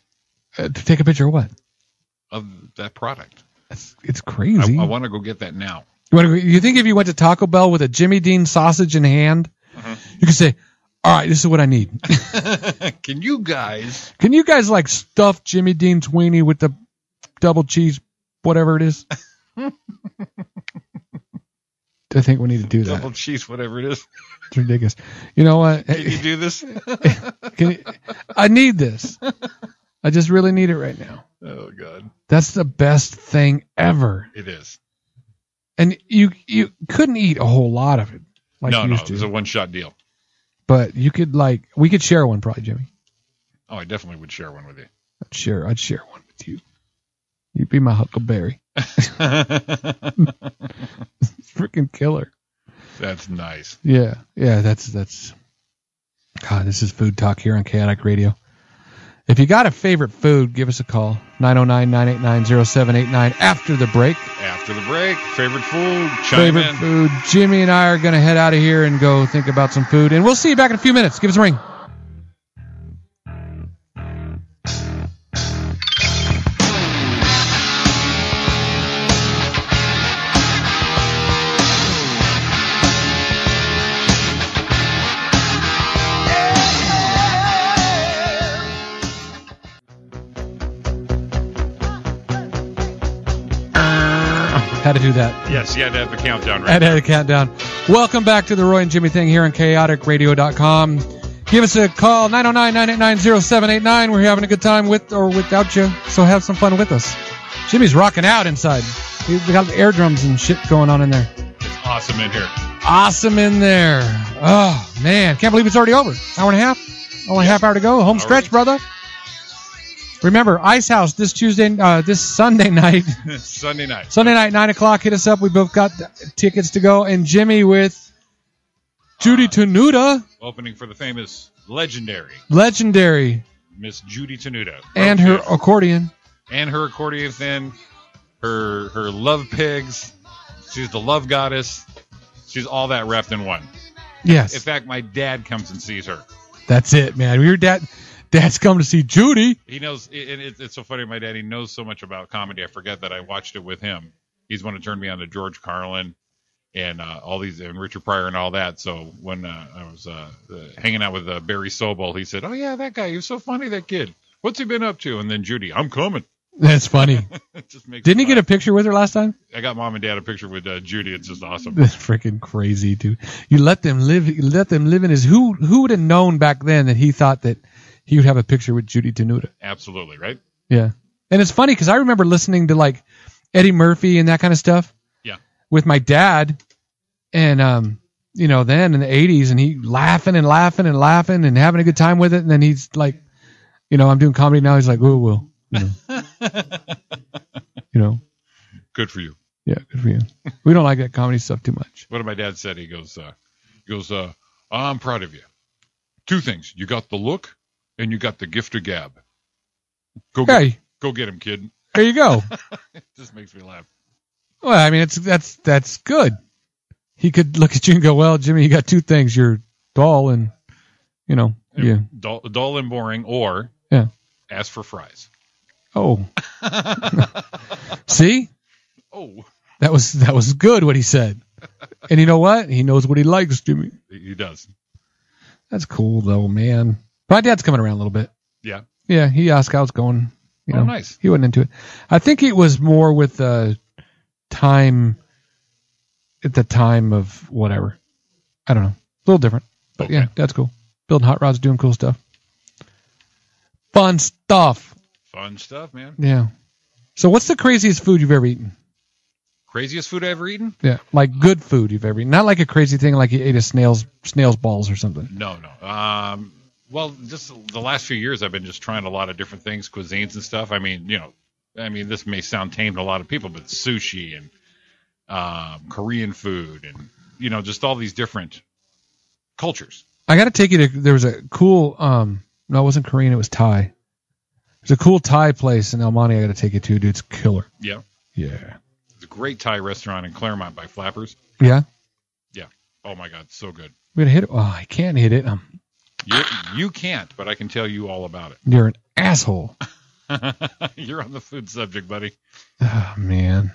S2: uh, to take a picture of what?
S1: of that product.
S2: It's, it's
S1: I,
S2: crazy.
S1: I want to go get that now.
S2: You, wanna, go- you think if you went to Taco Bell with a Jimmy Dean sausage in hand,
S1: Mhm.
S2: you could say, "All right, this is what I need."
S1: Can you guys?
S2: Can you guys like stuff Jimmy Dean's weenie with the double cheese, whatever it is? I think we need to do that.
S1: Double cheese, whatever it is.
S2: It's ridiculous. You know what?
S1: Can you do this?
S2: Can you- I need this. I just really need it right now.
S1: oh God,
S2: That's the best thing ever.
S1: it is.
S2: And you you couldn't eat a whole lot of it like
S1: no,
S2: you
S1: no,
S2: used
S1: it's
S2: to,
S1: a one shot deal.
S2: but you could like we could share one probably, Jimmy.
S1: Oh, I definitely would share one with you.
S2: I'd share I'd share one with you. You'd be my huckleberry. Freaking killer.
S1: That's nice.
S2: Yeah, yeah, that's that's. God, this is food talk here on Chaotic Radio. If you got a favorite food, give us a call 909-989-0789 after the break.
S1: After the break, favorite food. Chime
S2: Favorite
S1: in.
S2: food. Jimmy and I are going to head out of here and go think about some food, and we'll see you back in a few minutes. Give us a ring. How to do that.
S1: Yes, you had to have the countdown right.
S2: At Head Countdown. Welcome back to the Roy and Jimmy thing here on chaoticradio.com. Give us a call, 909-989-0789. We're having a good time with or without you, so have some fun with us. Jimmy's rocking out inside. He's got air drums and shit going on in there.
S1: It's awesome in here.
S2: Awesome in there. Oh, man. Can't believe it's already over. Hour and a half. Only a half hour to go. Home stretch, brother. Remember, Ice House this Tuesday, uh, this Sunday night.
S1: Sunday night.
S2: Sunday night, nine o'clock. Hit us up. We both got th- tickets to go. And Jimmy with Judy Tenuta,
S1: Opening for the famous, legendary
S2: legendary,
S1: Miss Judy Tenuta
S2: and her accordion.
S1: and her accordion thin, her her love pigs. She's the love goddess. She's all that wrapped in one. In
S2: Yes,
S1: fact, my dad comes and sees her.
S2: that's it, man. Your dad, dad's come to see Judy.
S1: He knows, and it, it's so funny. My dad, he knows so much about comedy. I forget that I watched it with him. He's the one who turned me on to George Carlin and uh, all these, and Richard Pryor and all that. So when uh, I was uh, uh, hanging out with uh, Barry Sobel, he said, "Oh yeah, that guy. He was so funny. That kid. What's he been up to?" And then Judy, "I'm coming."
S2: That's funny.
S1: it just makes.
S2: Didn't he get a picture with her last time?
S1: I got mom and dad a picture with uh, Judy. It's just awesome.
S2: That's freaking crazy, dude. You let them live. You let them live in his. Who who would have known back then that he thought that he would have a picture with Judy Tenuta?
S1: Absolutely right.
S2: Yeah. And it's funny because I remember listening to like Eddie Murphy and that kind of stuff.
S1: Yeah.
S2: With my dad, and um, you know, then in the '80s, and he laughing and laughing and laughing and having a good time with it, and then he's like, you know, I'm doing comedy now. He's like, "Ooh, Will, you know, you know,
S1: Good for you.
S2: yeah, good for you." We don't like that comedy stuff too much.
S1: What my dad said, he goes, uh, he goes, uh, I'm proud of you. Two things: you got the look, and you got the gift of gab. Go get,
S2: Hey,
S1: go get him, kid.
S2: there you go.
S1: This makes me laugh.
S2: Well, I mean, it's that's that's good. He could look at you and go, "Well, Jimmy, you got two things: you're dull and, you know, yeah."
S1: Dull, dull and boring, or
S2: Yeah.
S1: ask for fries.
S2: Oh, see,
S1: Oh,
S2: that was that was good what he said. And you know what? He knows what he likes, Jimmy.
S1: he does.
S2: That's cool though, man. My dad's coming around a little bit.
S1: Yeah.
S2: Yeah, he asked how it's going. You
S1: Oh,
S2: know,
S1: nice.
S2: He wasn't into it. I think it was more with uh, time at the time of whatever. I don't know. A little different. But yeah,
S1: Okay.
S2: that's cool. Building hot rods, doing cool stuff. Fun stuff.
S1: Fun stuff, man.
S2: Yeah. So what's the craziest food you've ever eaten?
S1: Craziest food I ever eaten?
S2: Yeah. Like good food you've ever eaten. Not like a crazy thing like you ate a snail's snail's balls or something.
S1: No, no. Um, well, just the last few years, I've been just trying a lot of different things, cuisines and stuff. I mean, you know, I mean, this may sound tame to a lot of people, but sushi and um, Korean food and you know, just all these different cultures.
S2: I got to take you to. There was a cool. Um, no, it wasn't Korean. It was Thai. There's a cool Thai place in El Monte. I got to take you to, dude. It's killer.
S1: Yeah,
S2: Yeah.
S1: it's a great Thai restaurant in Claremont by Flappers.
S2: Yeah.
S1: Oh my God, so good.
S2: We gotta hit it. Oh, I can't hit it. Um,
S1: You you can't, but I can tell you all about
S2: you're an asshole.
S1: it. You're on the food subject, buddy.
S2: Oh man.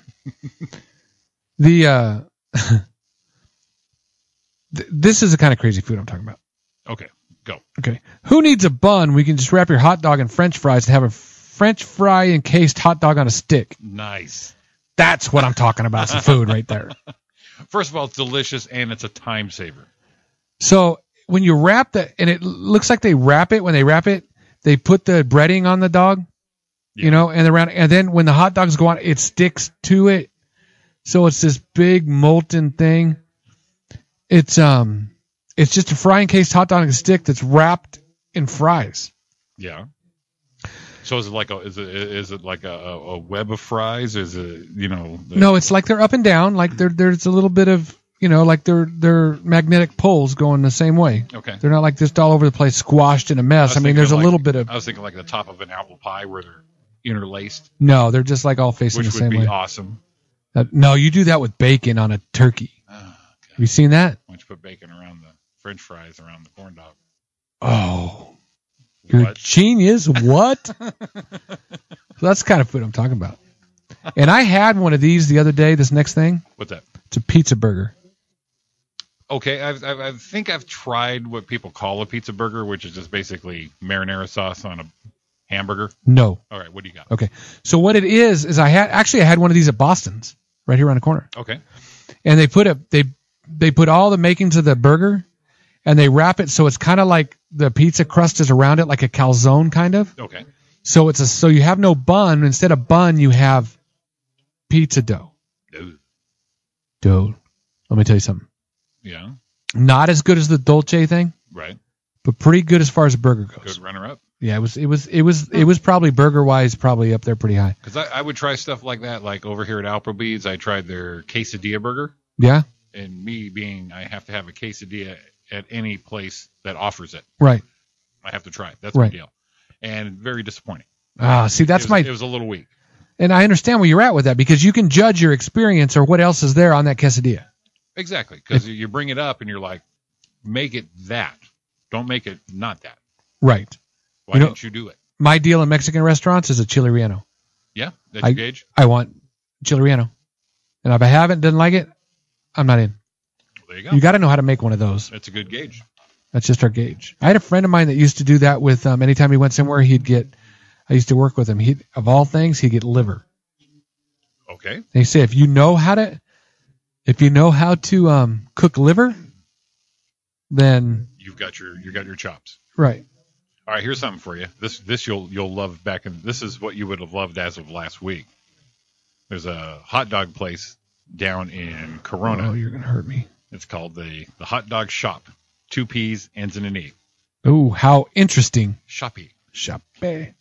S2: the uh, th- this is the kind of crazy food I'm talking about.
S1: Okay, go.
S2: Okay. Who needs a bun? We can just wrap your hot dog in French fries and have a French fry encased hot dog on a stick.
S1: Nice.
S2: That's what I'm talking about. Some food right there.
S1: First of all, it's delicious and it's a time saver.
S2: So when you wrap the, and it l- looks like they wrap it when they wrap it, they put the breading on the dog,
S1: Yeah.
S2: you know, and around, and then when the hot dogs go on, it sticks to it. So it's this big molten thing. It's um, it's just a fry encased hot dog stick that's wrapped in fries.
S1: Yeah. So is it like a is it is it like a, a a web of fries? Is it you know? The,
S2: No, it's like they're up and down, like there there's a little bit of you know, like they're they're magnetic poles going the same way.
S1: Okay.
S2: They're not like just all over the place, squashed in a
S1: was
S2: mess. I mean,
S1: thinking
S2: there's a
S1: like-
S2: little bit of
S1: I was thinking like the top of an apple pie where they're interlaced,
S2: no, they're just like all facing
S1: which
S2: the same
S1: would be
S2: way.
S1: awesome.
S2: That- no, you do that with bacon on a turkey.
S1: Ah,
S2: Have you seen that?
S1: Why don't you put bacon around the French fries around the corn dog?
S2: Oh, you're a
S1: What?
S2: genius. What? so that's the kind of food I'm talking about. And I had one of these the other day. This next thing,
S1: What's that?
S2: it's a pizza burger.
S1: Okay, I've, I've, I think I've tried what people call a pizza burger, which is just basically marinara sauce on a hamburger.
S2: No.
S1: All right, what do you got?
S2: Okay. So what it is is I had actually I had one of these at Boston's right here around the corner,
S1: Okay,
S2: and they put a they they put all the makings of the burger, and they wrap it so it's kind of like the pizza crust is around it, like a calzone kind of.
S1: okay,
S2: So it's a so you have no bun. Instead of bun, you have pizza dough.
S1: Ooh,
S2: Dude, let me tell you something.
S1: yeah,
S2: Not as good as the dolce thing,
S1: right,
S2: but pretty good as far as burger
S1: good
S2: goes.
S1: runner up.
S2: Yeah, it was it was it was it was probably burger wise probably up there pretty high.
S1: Because I, I would try stuff like that, like over here at Applebee's, I tried their quesadilla burger.
S2: Yeah,
S1: and me being I have to have a quesadilla at any place that offers it.
S2: right.
S1: I have to try it. That's my
S2: Right.
S1: deal. And very disappointing.
S2: Ah, see that's
S1: it was,
S2: my
S1: It was a little weak.
S2: and I understand where you're at with that because you can judge your experience or what else is there on that quesadilla.
S1: Exactly, because you bring it up and you're like, make it that. Don't make it not that.
S2: Right.
S1: Why
S2: You know-
S1: didn't you do it?
S2: My deal in Mexican restaurants is a chili relleno.
S1: Yeah, that's
S2: I-
S1: your gauge.
S2: I want chili relleno, and if I haven't didn't like it, I'm not in.
S1: Well, there you go.
S2: You got to know how to make one of those.
S1: that's a good gauge.
S2: That's just our gauge. I had a friend of mine that used to do that with um, anytime he went somewhere, he'd get. I used to work with him. He would of all things, he'd get liver.
S1: Okay.
S2: They say if you know how to, if you know how to um, cook liver, then
S1: You've got your you got your chops.
S2: right.
S1: All right, here's something for you. This this you'll you'll love back in this is what you would have loved as of last week. There's a hot dog place down in Corona.
S2: Oh, you're gonna hurt me.
S1: It's called the the hot dog shop. Two P's ends in an E.
S2: Ooh, how interesting.
S1: Shoppy.
S2: Chape.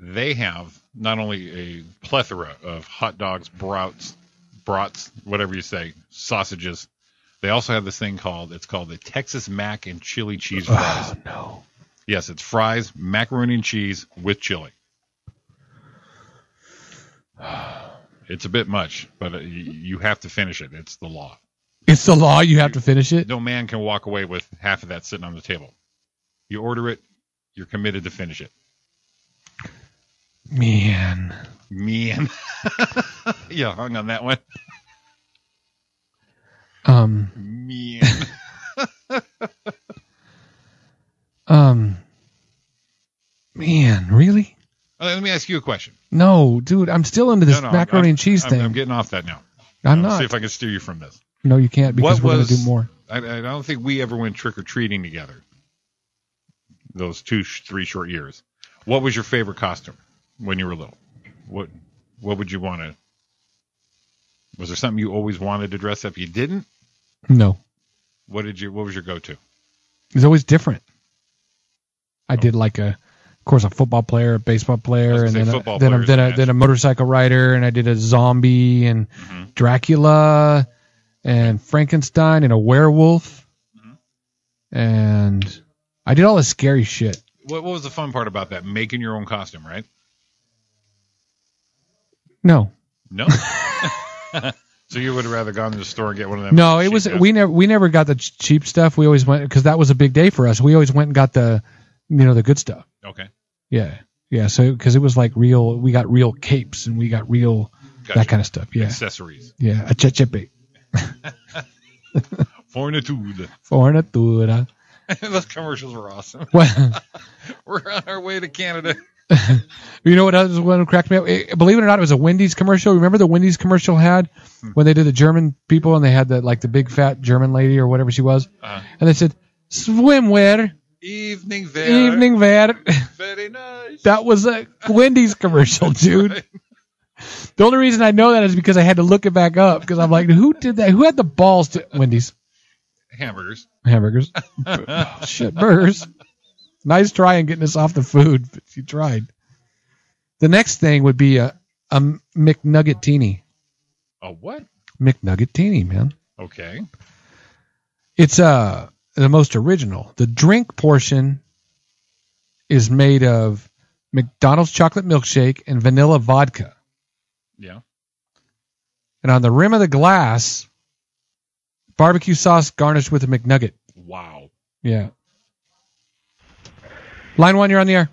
S1: They have not only a plethora of hot dogs, brats, brats, whatever you say, sausages. They also have this thing called it's called the Texas Mac and Chili Cheese Fries.
S2: Oh no.
S1: Yes, it's fries, macaroni and cheese with chili. It's a bit much, but uh, y- you have to finish it. It's the law.
S2: It's the law. You have to finish it.
S1: No man can walk away with half of that sitting on the table. You order it, you're committed to finish it.
S2: Man.
S1: Man, yeah, hung on that one.
S2: Um.
S1: Man,
S2: Um. Man, really?
S1: Uh, let me ask you a question.
S2: No, dude. I'm still into this
S1: No, no, I'm-
S2: macaroni
S1: I'm-
S2: and cheese
S1: I'm,
S2: thing.
S1: I'm
S2: I'm,
S1: getting off that now. I'll
S2: not.
S1: See if I can steer you from this.
S2: no, you can't because
S1: What
S2: we're
S1: was-
S2: gonna do more.
S1: I, I don't think we ever went trick or treating together. Those two, sh- three short years. What was your favorite costume when you were little? What What would you want to? Was there something you always wanted to dress up? You didn't.
S2: No,
S1: What did you? What was your go-to?
S2: it's always different. I did like a, of course, a football player, a baseball
S1: I was
S2: player,
S1: gonna
S2: and
S1: say
S2: then a,
S1: football
S2: then, a,
S1: players
S2: then,
S1: I
S2: a, then a motorcycle rider, and I did a zombie and
S1: Mhm.
S2: Dracula and Frankenstein and a werewolf,
S1: Mhm.
S2: and I did all this scary shit.
S1: What What was the fun part about that? Making your own costume, right?
S2: No,
S1: No. so you would have rather gone to the store and get one of them.
S2: no, it
S1: cheap
S2: was
S1: guys?
S2: we never we never got the ch- cheap stuff. We always went because that was a big day for us. We always went and got the, you know, the good stuff.
S1: okay.
S2: Yeah, yeah. So because it was like real, we got real capes and we got real
S1: Gotcha.
S2: that kind of stuff. Yeah,
S1: Accessories.
S2: yeah. A chechepe,
S1: Fornitude.
S2: fornatura.
S1: Those commercials were awesome.
S2: Well,
S1: We're on our way to Canada.
S2: you know what else one cracked me up? Eh, believe it or not, it was a Wendy's commercial. Remember the Wendy's commercial had when they did the German people and they had the like the big fat German lady or whatever she was,
S1: Uh,
S2: and they said swimwear,
S1: evening there.
S2: evening wear.
S1: Very nice.
S2: That was a Wendy's commercial, dude.
S1: right.
S2: The only reason I know that is because I had to look it back up because I'm like, who did that? Who had the balls to Wendy's?
S1: Hamburgers.
S2: hamburgers. Oh, shit, burgers. Nice try in getting us off the food, but you tried. The next thing would be a, a McNuggetini.
S1: A what?
S2: McNuggetini, man.
S1: Okay.
S2: It's uh the most original. The drink portion is made of McDonald's chocolate milkshake and vanilla vodka.
S1: Yeah.
S2: And on the rim of the glass, barbecue sauce garnished with a McNugget.
S1: Wow.
S2: Yeah. Line one, you're on the air.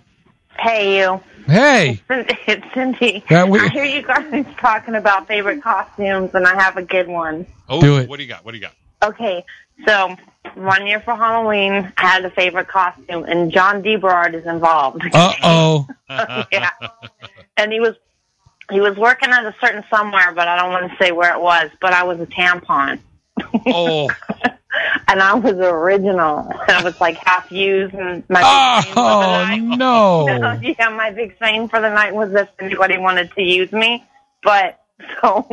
S4: Hey, you.
S2: Hey.
S4: It's Cindy.
S2: That we-
S4: I hear you guys talking about favorite costumes, and I have a good one.
S1: Oh,
S2: Do it.
S1: what do you got? What do you got?
S4: Okay, so one year for Halloween, I had a favorite costume, and John DeBrard is involved.
S2: Uh oh.
S4: yeah, and he was he was working at a certain somewhere, but I don't want to say where it was. But I was a tampon,
S1: Oh,
S4: and I was original. And I was like half used, and my big thing was that
S2: Oh
S4: I-
S2: no.
S4: yeah, my big thing for the night was if anybody wanted to use me. But so,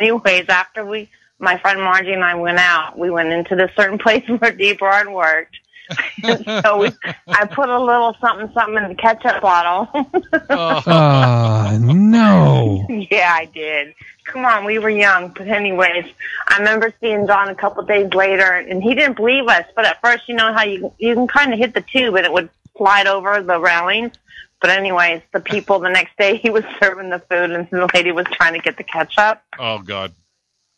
S4: anyways, after we, my friend Margie and I went out, we went into this certain place where DeBrard worked. And so we, I put a little something something in the ketchup bottle.
S1: Oh.
S2: Uh no.
S4: yeah, I did. Come on, we were young. But anyways, I remember seeing John a couple days later, and he didn't believe us. But at first, you know how you you can kind of hit the tube, and it would slide over the railings. But anyways, the people the next day he was serving the food, and the lady was trying to get the ketchup.
S1: oh God.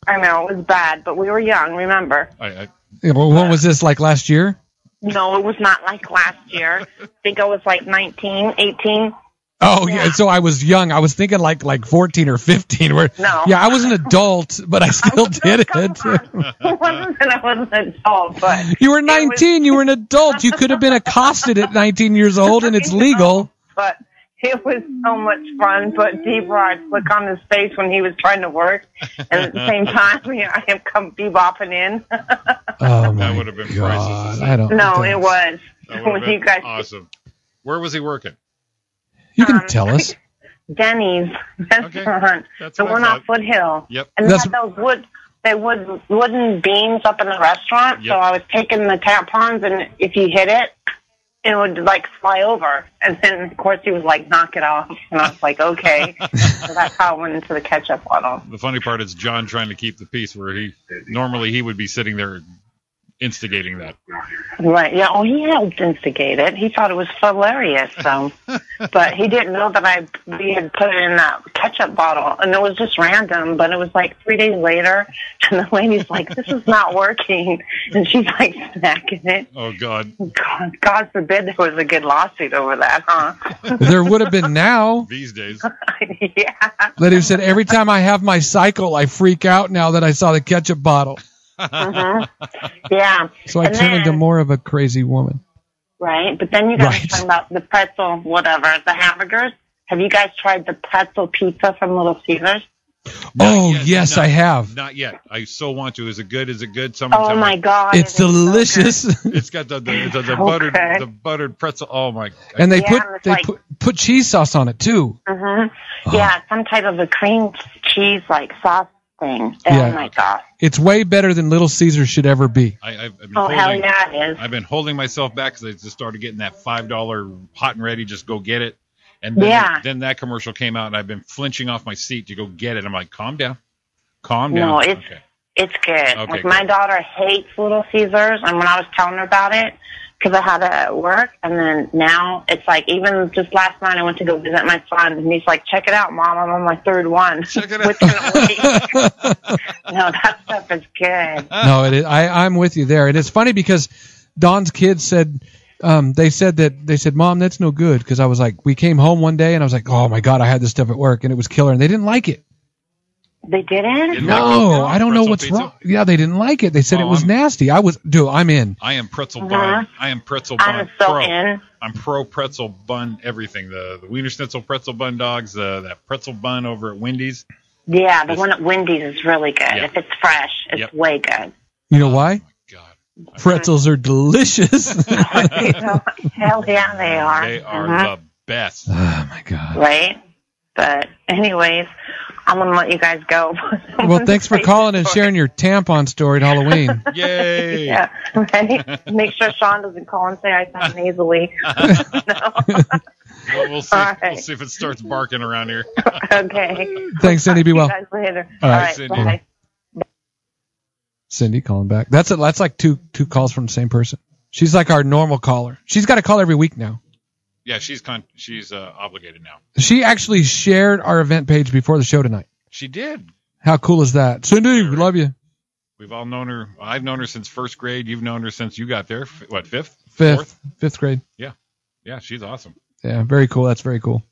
S4: I know it was bad, but we were young. Remember?
S1: I, I,
S2: Yeah, well, What was this like last year?
S4: No, it was not like last year. I think I was like nineteen, eighteen.
S2: Oh yeah. So I was young. I was thinking like like 14 or 15. Where
S4: No.
S2: yeah, I was an adult, but I still did it.
S4: Come on. it wasn't that I was an adult, but
S2: You were
S4: was-
S2: 19. You were an adult. You could have been accosted at 19 years old, and it's legal.
S4: but it was so much fun. But D-Rod, look on his face when he was trying to work, and at the same time, you know, I am come bebopping in.
S2: Oh my
S1: would've been priceless.
S2: god. I don't.
S4: no,
S2: I
S4: it
S2: don't-
S4: was
S1: that would
S4: when
S1: have been
S4: you guys
S1: awesome. Where was he working?
S2: You can
S4: um,
S2: tell us.
S4: Denny's restaurant,
S1: That's
S4: the
S1: what I
S4: one on
S1: thought.
S4: Foothill,
S1: Yep.
S4: and they
S2: That's-
S4: had those wood. They wood wooden beams up in the restaurant, so
S1: Yep.
S4: I was taking the tampons, and if you hit it, it would like fly over. And then of course he was like, knock it off. And I was like, okay. so that's how I went into the ketchup bottle.
S1: The funny part is John trying to keep the peace where he normally he would be sitting there instigating that.
S4: Right. Yeah. Oh, he helped instigate it. He thought it was hilarious. So, but he didn't know that I we had put it in that ketchup bottle, and it was just random. But it was like three days later, and the lady's like, "This is not working," and she's like smacking it.
S1: Oh God,
S4: God, God forbid there was a good lawsuit over that, huh?
S2: There would have been now.
S1: these days.
S4: yeah.
S2: That he said, every time I have my cycle, I freak out now that I saw the ketchup bottle.
S4: hmm Yeah.
S2: So I
S4: And
S2: turn into
S4: then-
S2: more of a crazy woman.
S4: Right, but then you guys
S2: Right.
S4: were talking about the pretzel, whatever, the hamburgers. Have you guys tried the pretzel pizza from Little Caesars?
S1: Not
S2: oh,
S1: yet,
S2: yes,
S1: not-
S2: I have.
S1: Not yet. I so want to. Is it good? Is it good? Someone
S4: Oh
S1: tell
S4: my
S1: me.
S4: god,
S2: it's
S4: it is so good.
S2: delicious.
S1: It's got the the, the, the
S4: Okay.
S1: buttered the buttered pretzel. Oh my.
S2: and they
S4: Yeah,
S2: put
S4: it's
S2: they
S4: like-
S2: put, put cheese sauce on it too.
S4: hmm
S2: Uh-huh.
S4: Yeah, some type of a cream cheese like sauce thing. Oh
S2: Yeah.
S4: my god.
S2: It's way better than Little Caesar should ever be.
S1: I, I've, I've been
S4: Oh
S1: holding,
S4: hell yeah, it is.
S1: I've been holding myself back because I just started getting that five dollar hot and ready. Just go get it. And then,
S4: Yeah.
S1: then that commercial came out, and I've been flinching off my seat to go get it. I'm like, calm down, calm down.
S4: No, it's-
S1: okay.
S4: It's good.
S1: Okay,
S4: like my
S1: good.
S4: daughter hates Little Caesars, and when I was telling her about it, because I had it at work, and then now it's like even just last night I went to go visit my son, and he's like, "Check it out, mom, I'm on my third one."
S1: Check it
S4: Which
S1: out.
S4: no, that stuff is good.
S2: no, it is, I I'm with you there. And it's funny because Don's kids said um, they said that they said, "Mom, that's no good." Because I was like, we came home one day and I was like, "Oh my god, I had this stuff at work and it was killer," and they didn't like it.
S4: They didn't.
S1: Didn't like it?
S2: No, I don't know
S1: Pretzel
S2: what's
S1: pizza?
S2: wrong. Yeah, they didn't like it. They said
S1: Oh,
S2: it was
S1: I'm-
S2: nasty. I was, dude, I'm in.
S1: I am pretzel
S4: Uh-huh.
S1: bun. I am pretzel bun.
S4: I'm so
S1: pro.
S4: in.
S1: I'm pro pretzel bun everything. The the Wiener Schnitzel pretzel bun dogs, uh, that pretzel bun over at Wendy's.
S4: Yeah, the
S1: This-
S4: one at Wendy's is really good.
S1: Yeah.
S4: If it's fresh, it's
S1: Yep.
S4: way good.
S2: You know why?
S1: God.
S2: Pretzels are delicious. oh
S4: Hell yeah, they are.
S1: They are
S2: Uh-huh.
S4: Mhm.
S1: the best.
S2: my god.
S4: right? But anyways, I'm gonna let you guys go.
S2: Well, thanks for calling and sharing your tampon story at Halloween.
S1: Yay!
S4: Yeah, right. Make sure Sean doesn't call and say I sound nasally.
S1: Well, we'll see.
S4: All right.
S1: We'll see if it starts barking around here.
S4: okay.
S2: Thanks, Cindy. Be
S4: See you
S2: well.
S4: guys later.
S2: All right,
S1: Cindy.
S4: Bye.
S2: Cindy calling back. That's a, that's like two two calls from the same person. She's like our normal caller. She's got a call every week now.
S1: Yeah, she's con- she's uh, obligated now.
S2: She actually shared our event page before the show tonight.
S1: She did.
S2: How cool is that? Cindy, we love you.
S1: We've all known her. I've known her since first grade. You've known her since you got there. F- What fifth?
S2: Fifth
S1: Fourth?
S2: fifth grade.
S1: Yeah, she's awesome.
S2: Yeah, very cool. That's very cool.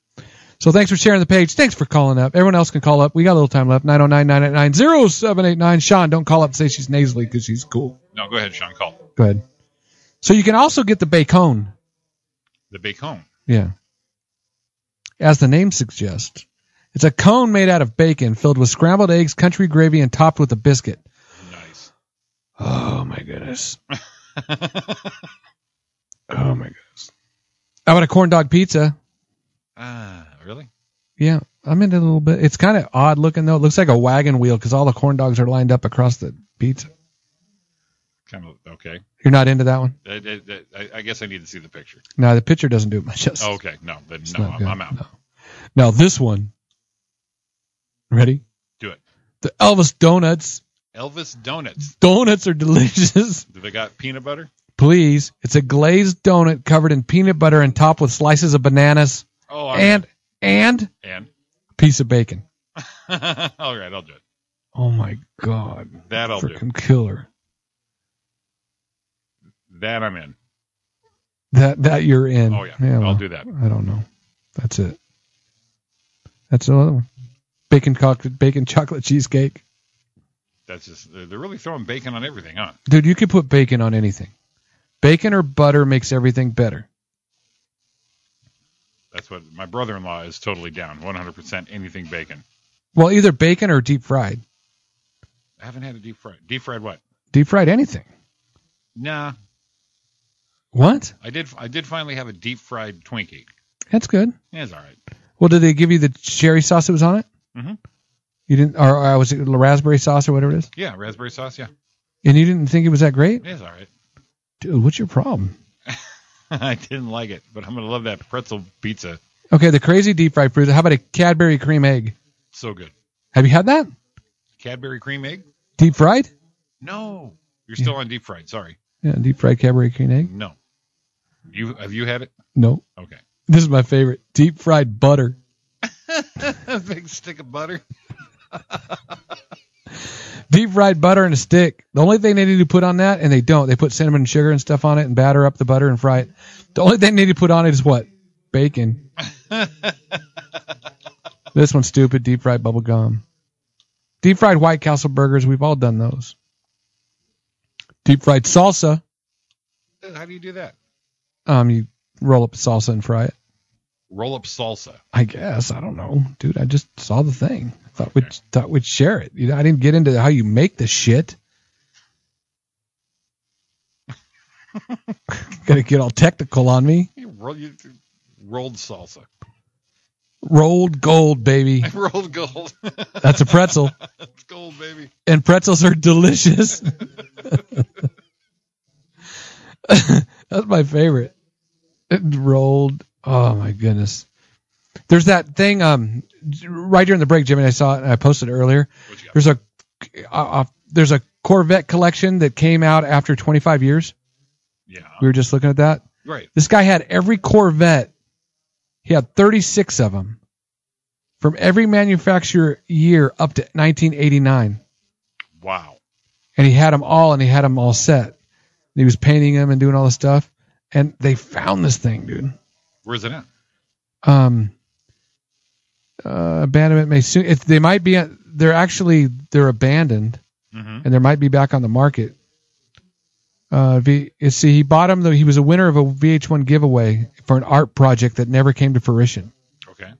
S2: So thanks for sharing the page. Thanks for calling up. Everyone else can call up. We got a little time left. 909-989-0789. Sean, don't call up and say she's nasally because she's cool.
S1: No, go ahead, Sean. Call
S2: Go ahead. So you can also get the bacon.
S1: the bake home.
S2: Yeah. As the name suggests, it's a cone made out of bacon filled with scrambled eggs, country gravy, and topped with a biscuit.
S1: Nice.
S2: Oh my goodness. oh my goodness. How about a corn dog pizza?
S1: Ah, really?
S2: Yeah, I'm into it a little bit. It's kind of odd looking though. It looks like a wagon wheel because all the corn dogs are lined up across the pizza.
S1: Kind of okay.
S2: You're not into that one?
S1: That- that- that- I, I guess I need to see the picture.
S2: No, the picture doesn't do it much justice.
S1: Oh, okay, no, then
S2: It's
S1: no,
S2: not
S1: I'm,
S2: good.
S1: I'm out.
S2: No. Now this one. Ready?
S1: Do it.
S2: The Elvis donuts.
S1: Elvis donuts.
S2: Donuts are delicious.
S1: Do they got peanut butter?
S2: Please. It's a glazed donut covered in peanut butter and topped with slices of bananas
S1: Oh, all
S2: and and
S1: right.
S2: a piece of bacon.
S1: and all right, I'll do it.
S2: Oh my god.
S1: That I'll do.
S2: Freaking killer.
S1: That I'm in.
S2: That that you're in.
S1: Oh yeah,
S2: well,
S1: I'll do that.
S2: I don't know. That's it. That's another one. Bacon chocolate, bacon chocolate cheesecake.
S1: That's just they're they're really throwing bacon on everything, huh?
S2: Dude, you could put bacon on anything. Bacon or butter makes everything better.
S1: That's what my brother-in-law is totally down. 100% anything bacon.
S2: Well, either bacon or deep fried.
S1: I haven't had a deep fried. Deep fried what?
S2: Deep fried anything.
S1: Nah,
S2: What?
S1: I did. I did finally have a deep fried Twinkie.
S2: That's good.
S1: Yeah, it's all right.
S2: Well, did they give you the cherry sauce that was on it?
S1: Mhm.
S2: You didn't, or, or was it raspberry sauce or whatever it is?
S1: Yeah, raspberry sauce. Yeah,
S2: And you didn't think it was that great?
S1: it's all right.
S2: Dude, what's your problem?
S1: I didn't like it, but I'm gonna love that pretzel pizza.
S2: Okay, the crazy deep fried fruit. How about a Cadbury cream egg?
S1: So good.
S2: Have you had that?
S1: Cadbury cream egg?
S2: Deep fried?
S1: No, you're still on deep fried. Sorry,
S2: Yeah, deep fried Cadbury cream egg.
S1: no. You have you had it?
S2: No.
S1: Okay.
S2: This is my favorite. Deep fried butter.
S1: Big stick of butter.
S2: Deep fried butter and a stick. The only thing they need to put on that, and they don't, they put cinnamon and sugar and stuff on it and batter up the butter and fry it. The only thing they need to put on it is what? Bacon. this one's stupid. Deep fried bubble gum. Deep fried White Castle burgers. We've all done those. Deep fried salsa.
S1: How do you do that?
S2: Um, you roll up salsa and fry it.
S1: Roll up salsa.
S2: I guess I don't know, dude. I just saw the thing. Thought we'd thought we'd share it. You know, I didn't get into how you make the shit. Gonna get all technical on me.
S1: You roll you rolled salsa.
S2: Rolled gold, baby.
S1: rolled gold.
S2: That's a pretzel,
S1: That's gold, baby.
S2: and pretzels are delicious. That's my favorite. Rolled. Oh my goodness. There's that thing. Um, right during the break, Jimmy, I saw it. And I posted it earlier.
S1: What you got?
S2: there's a uh, uh, there's a Corvette collection that came out after 25 years.
S1: Yeah.
S2: We were just looking at that.
S1: Right.
S2: This guy had every Corvette. He had 36 of them from every manufacturer year up to 1989,
S1: Wow.
S2: and he had them all, and he had them all set. And he was painting them and doing all this stuff, and they found this thing, dude.
S1: Where's it at?
S2: Um, uh, abandonment may soon. If they might be, they're actually they're abandoned.
S1: Mm-hmm.
S2: and there might be back on the market. Uh, v, you see, he bought him though. He was a winner of a VH1 giveaway for an art project that never came to fruition.
S1: Okay.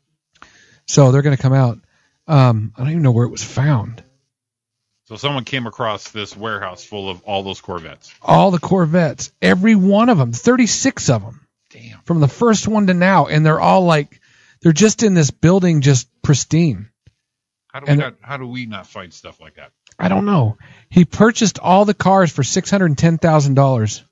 S2: So they're going to come out. Um, I don't even know where it was found.
S1: So someone came across this warehouse full of all those Corvettes.
S2: All the Corvettes, every one of them, 36 of them,
S1: Damn.
S2: from the first one to now, and they're all like, they're just in this building, just pristine.
S1: How do we
S2: And-
S1: not? How do we not find stuff like that?
S2: I don't know. He purchased all the cars for six hundred ten thousand dollars.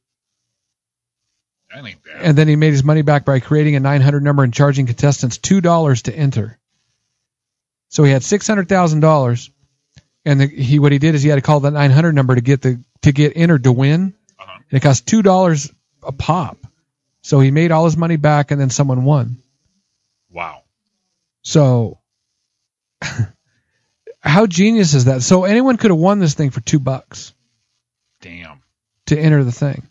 S1: That ain't bad.
S2: and then he made his money back by creating a 900 number and charging contestants two dollars to enter. So he had six hundred thousand dollars, and the, he what he did is he had to call the 900 number to get the to get entered to win,
S1: Uh-huh.
S2: and it cost two dollars a pop. So he made all his money back, and then someone won.
S1: Wow.
S2: So how genius is that? So anyone could have won this thing for two bucks
S1: Damn.
S2: to enter the thing.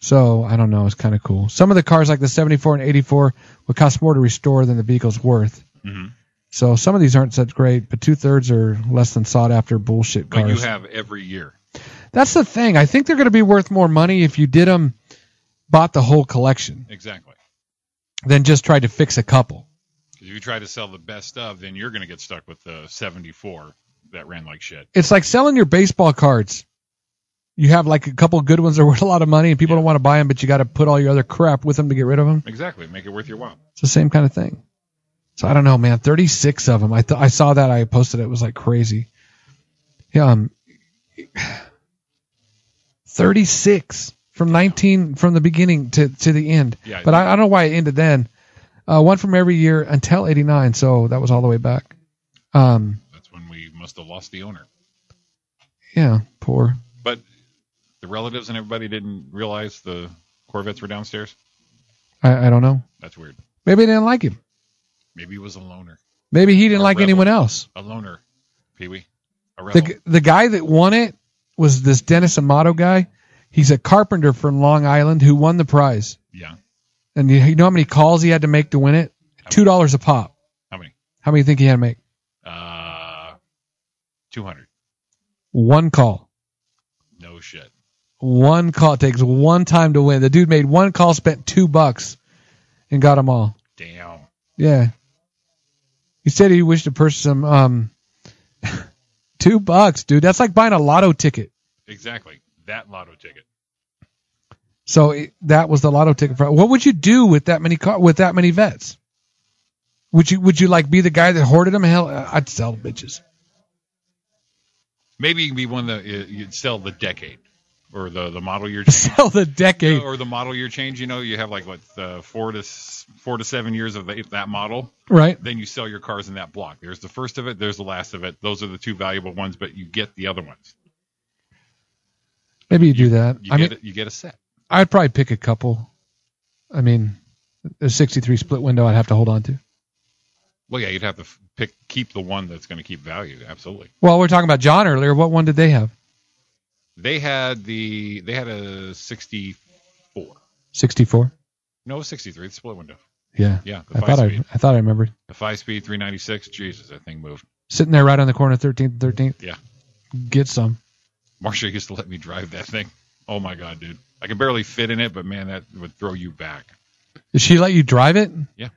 S2: So I don't know. It's kind of cool. Some of the cars, like the 74 and 84, would cost more to restore than the vehicle's worth.
S1: Mhm.
S2: So some of these aren't such great, but two thirds are less than sought after bullshit
S1: But you
S2: cars.
S1: have every year.
S2: That's the thing. I think they're going to be worth more money if you did them, bought the whole collection,
S1: Exactly.
S2: than just tried to fix a couple.
S1: 'Cause if you try to sell the best of, then you're going to get stuck with the 74 that ran like shit.
S2: It's like selling your baseball cards. You have like a couple good ones that are worth a lot of money, and people
S1: Yeah.
S2: don't want to buy them, but you got to put all your other crap with them to get rid of them.
S1: Exactly. Make it worth your while.
S2: It's the same kind of thing. So I don't know, man. Thirty-six of them. I th- I saw that. I posted it. It was like crazy. Yeah, um, thirty-six from nineteen from the beginning to to the end.
S1: Yeah.
S2: But I, I don't know why it ended then. Uh, one from every year until '89. So that was all the way back. Um,
S1: that's when we must have lost the owner.
S2: yeah, poor.
S1: But the relatives and everybody didn't realize the Corvettes were downstairs.
S2: I, I don't know.
S1: That's weird.
S2: Maybe they didn't like him.
S1: Maybe he was a loner.
S2: Maybe he didn't
S1: Or
S2: like
S1: rebel.
S2: anyone else.
S1: A loner. Pee Wee. A
S2: The
S1: rebel.
S2: g- the guy that won it was this Dennis Amato guy. He's a carpenter from Long Island who won the prize.
S1: yeah.
S2: And you, you know how many calls he had to make to win it? Two dollars a pop.
S1: How many?
S2: How many you think he had to make?
S1: Uh, 200.
S2: One call.
S1: No shit.
S2: One call. It takes one time to win. The dude made one call, spent two bucks, and got them all.
S1: Damn.
S2: Yeah. He said he wished to purchase them. Um, two bucks, dude. That's like buying a lotto ticket.
S1: Exactly. That lotto ticket.
S2: So it, that was the lotto ticket. For, what would you do with that many car, with that many vets? Would you would you like be the guy that hoarded them? Hell, uh, I'd sell the bitches.
S1: Maybe you can be one that uh, you'd sell the decade. or the the model year change,
S2: Sell the decade.
S1: or the model year change. You know, you have like what uh, four to s- four to seven years of the, that model.
S2: Right.
S1: Then you sell your cars in that block. There's the first of it. There's the last of it. Those are the two valuable ones, but you get the other ones.
S2: Maybe you do that.
S1: You
S2: I
S1: get
S2: mean,
S1: it, you get a set.
S2: I'd probably pick a couple. I mean, a 63 split window I'd have to hold on to.
S1: Well, yeah, you'd have to f- pick keep the one that's going to keep value. Absolutely.
S2: Well, we were talking about John earlier. What one did they have?
S1: They had the they had a 64.
S2: 64.
S1: No, 63. The split window.
S2: Yeah.
S1: Yeah, the
S2: I thought
S1: five
S2: I,
S1: speed.
S2: I thought I remembered.
S1: The five speed 396. Jesus, that thing moved.
S2: Sitting there right on the corner, 13th and 13th.
S1: Yeah.
S2: Get some.
S1: Marsha used to let me drive that thing. Oh my god, dude. I could barely fit in it, but man, that would throw you back.
S2: Did she let you drive it?
S1: Yeah.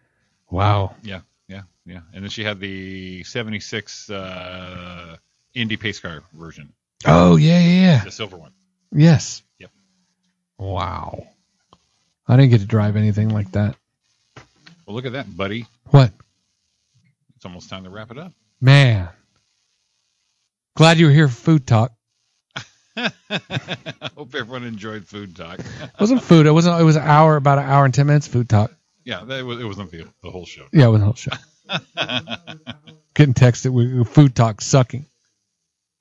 S2: Wow.
S1: Yeah, yeah, yeah. And then she had the 76 uh, Indy pace car version,
S2: Oh, yeah, yeah, yeah.
S1: the silver one.
S2: Yes.
S1: Yep.
S2: Wow. I didn't get to drive anything like that.
S1: Well, look at that, buddy.
S2: What?
S1: It's almost time to wrap it up.
S2: Man. Glad you were here for food talk.
S1: Hope everyone enjoyed food talk.
S2: It wasn't food. It wasn't. It was an hour, about an hour and ten minutes. Food talk.
S1: yeah, that was, it wasn't the, the whole show.
S2: Yeah, it was a whole show. Getting texted with food talk sucking.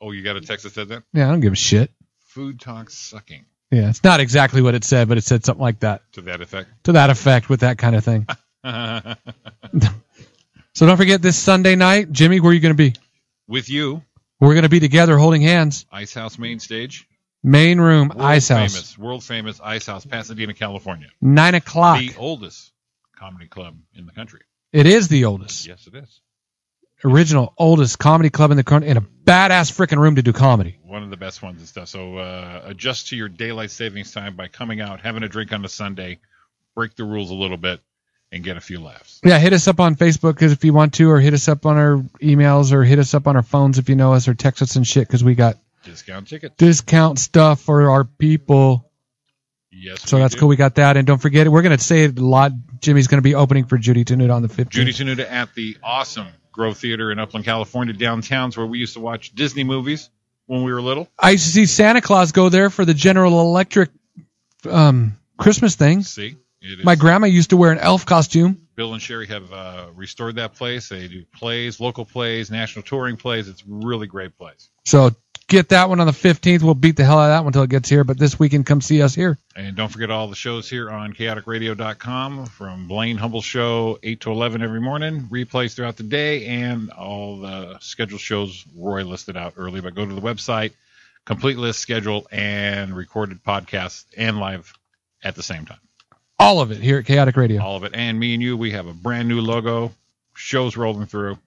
S1: Oh, you got a text that said that?
S2: Yeah, I don't give a shit.
S1: Food talk sucking.
S2: Yeah, it's not exactly what it said, but it said something like that
S1: To that effect.
S2: to that effect with that kind of thing. So don't forget this Sunday night, Jimmy. Where are you going to be?
S1: With you,
S2: We're going to be together, holding hands,
S1: Ice House Main Stage.
S2: main room, ice house,
S1: Famous, world famous Ice House, Pasadena, California.
S2: nine o'clock.
S1: The oldest comedy club in the country.
S2: it is the oldest,
S1: Yes, it is.
S2: original, oldest comedy club in the country, and a badass freaking room to do comedy.
S1: One of the best ones and stuff. So uh, adjust to your daylight savings time by coming out, having a drink on a Sunday, break the rules a little bit, and get a few laughs.
S2: Yeah, hit us up on Facebook 'cause if you want to, or hit us up on our emails, or hit us up on our phones if you know us, or text us and shit because we got
S1: Discount ticket.
S2: discount stuff for our people.
S1: Yes.
S2: So
S1: we
S2: that's
S1: do.
S2: cool. We got that, and don't forget, we're going to say it a lot. Jimmy's going to be opening for Judy Tenuta on the fifteenth.
S1: Judy Tenuta at the awesome Grove Theater in Upland, California, downtowns where we used to watch Disney movies when we were little.
S2: I used to see Santa Claus go there for the General Electric um, Christmas things.
S1: See, it is.
S2: My grandma used to wear an elf costume.
S1: Bill and Sherry have uh, restored that place. They do plays, local plays, national touring plays. It's a really great place.
S2: So get that one on the 15th. We'll beat the hell out of that one until it gets here. But this weekend, come see us here.
S1: And don't forget all the shows here on chaoticradio.com from Blaine Humble Show 8 to 11 every morning, replays throughout the day, and all the scheduled shows Roy listed out early. But go to the website, complete list, schedule, and recorded podcasts and live at the same time.
S2: All of it here at Chaotic Radio.
S1: All of it. And me and you, we have a brand new logo, shows rolling through.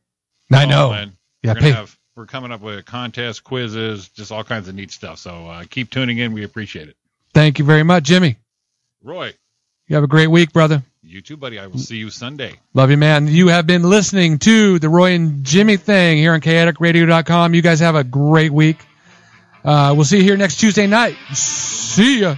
S2: I
S1: Oh,
S2: know.
S1: and
S2: Yeah,
S1: we're, gonna
S2: pay,
S1: have, we're coming up with contests, quizzes, just all kinds of neat stuff. So uh, keep tuning in. We appreciate it.
S2: thank you very much, Jimmy.
S1: Roy,
S2: You have a great week, brother.
S1: you too, buddy. I will see you Sunday.
S2: Love you, man. You have been listening to the Roy and Jimmy thing here on chaoticradio.com. You guys have a great week. Uh, we'll see you here next Tuesday night. See ya.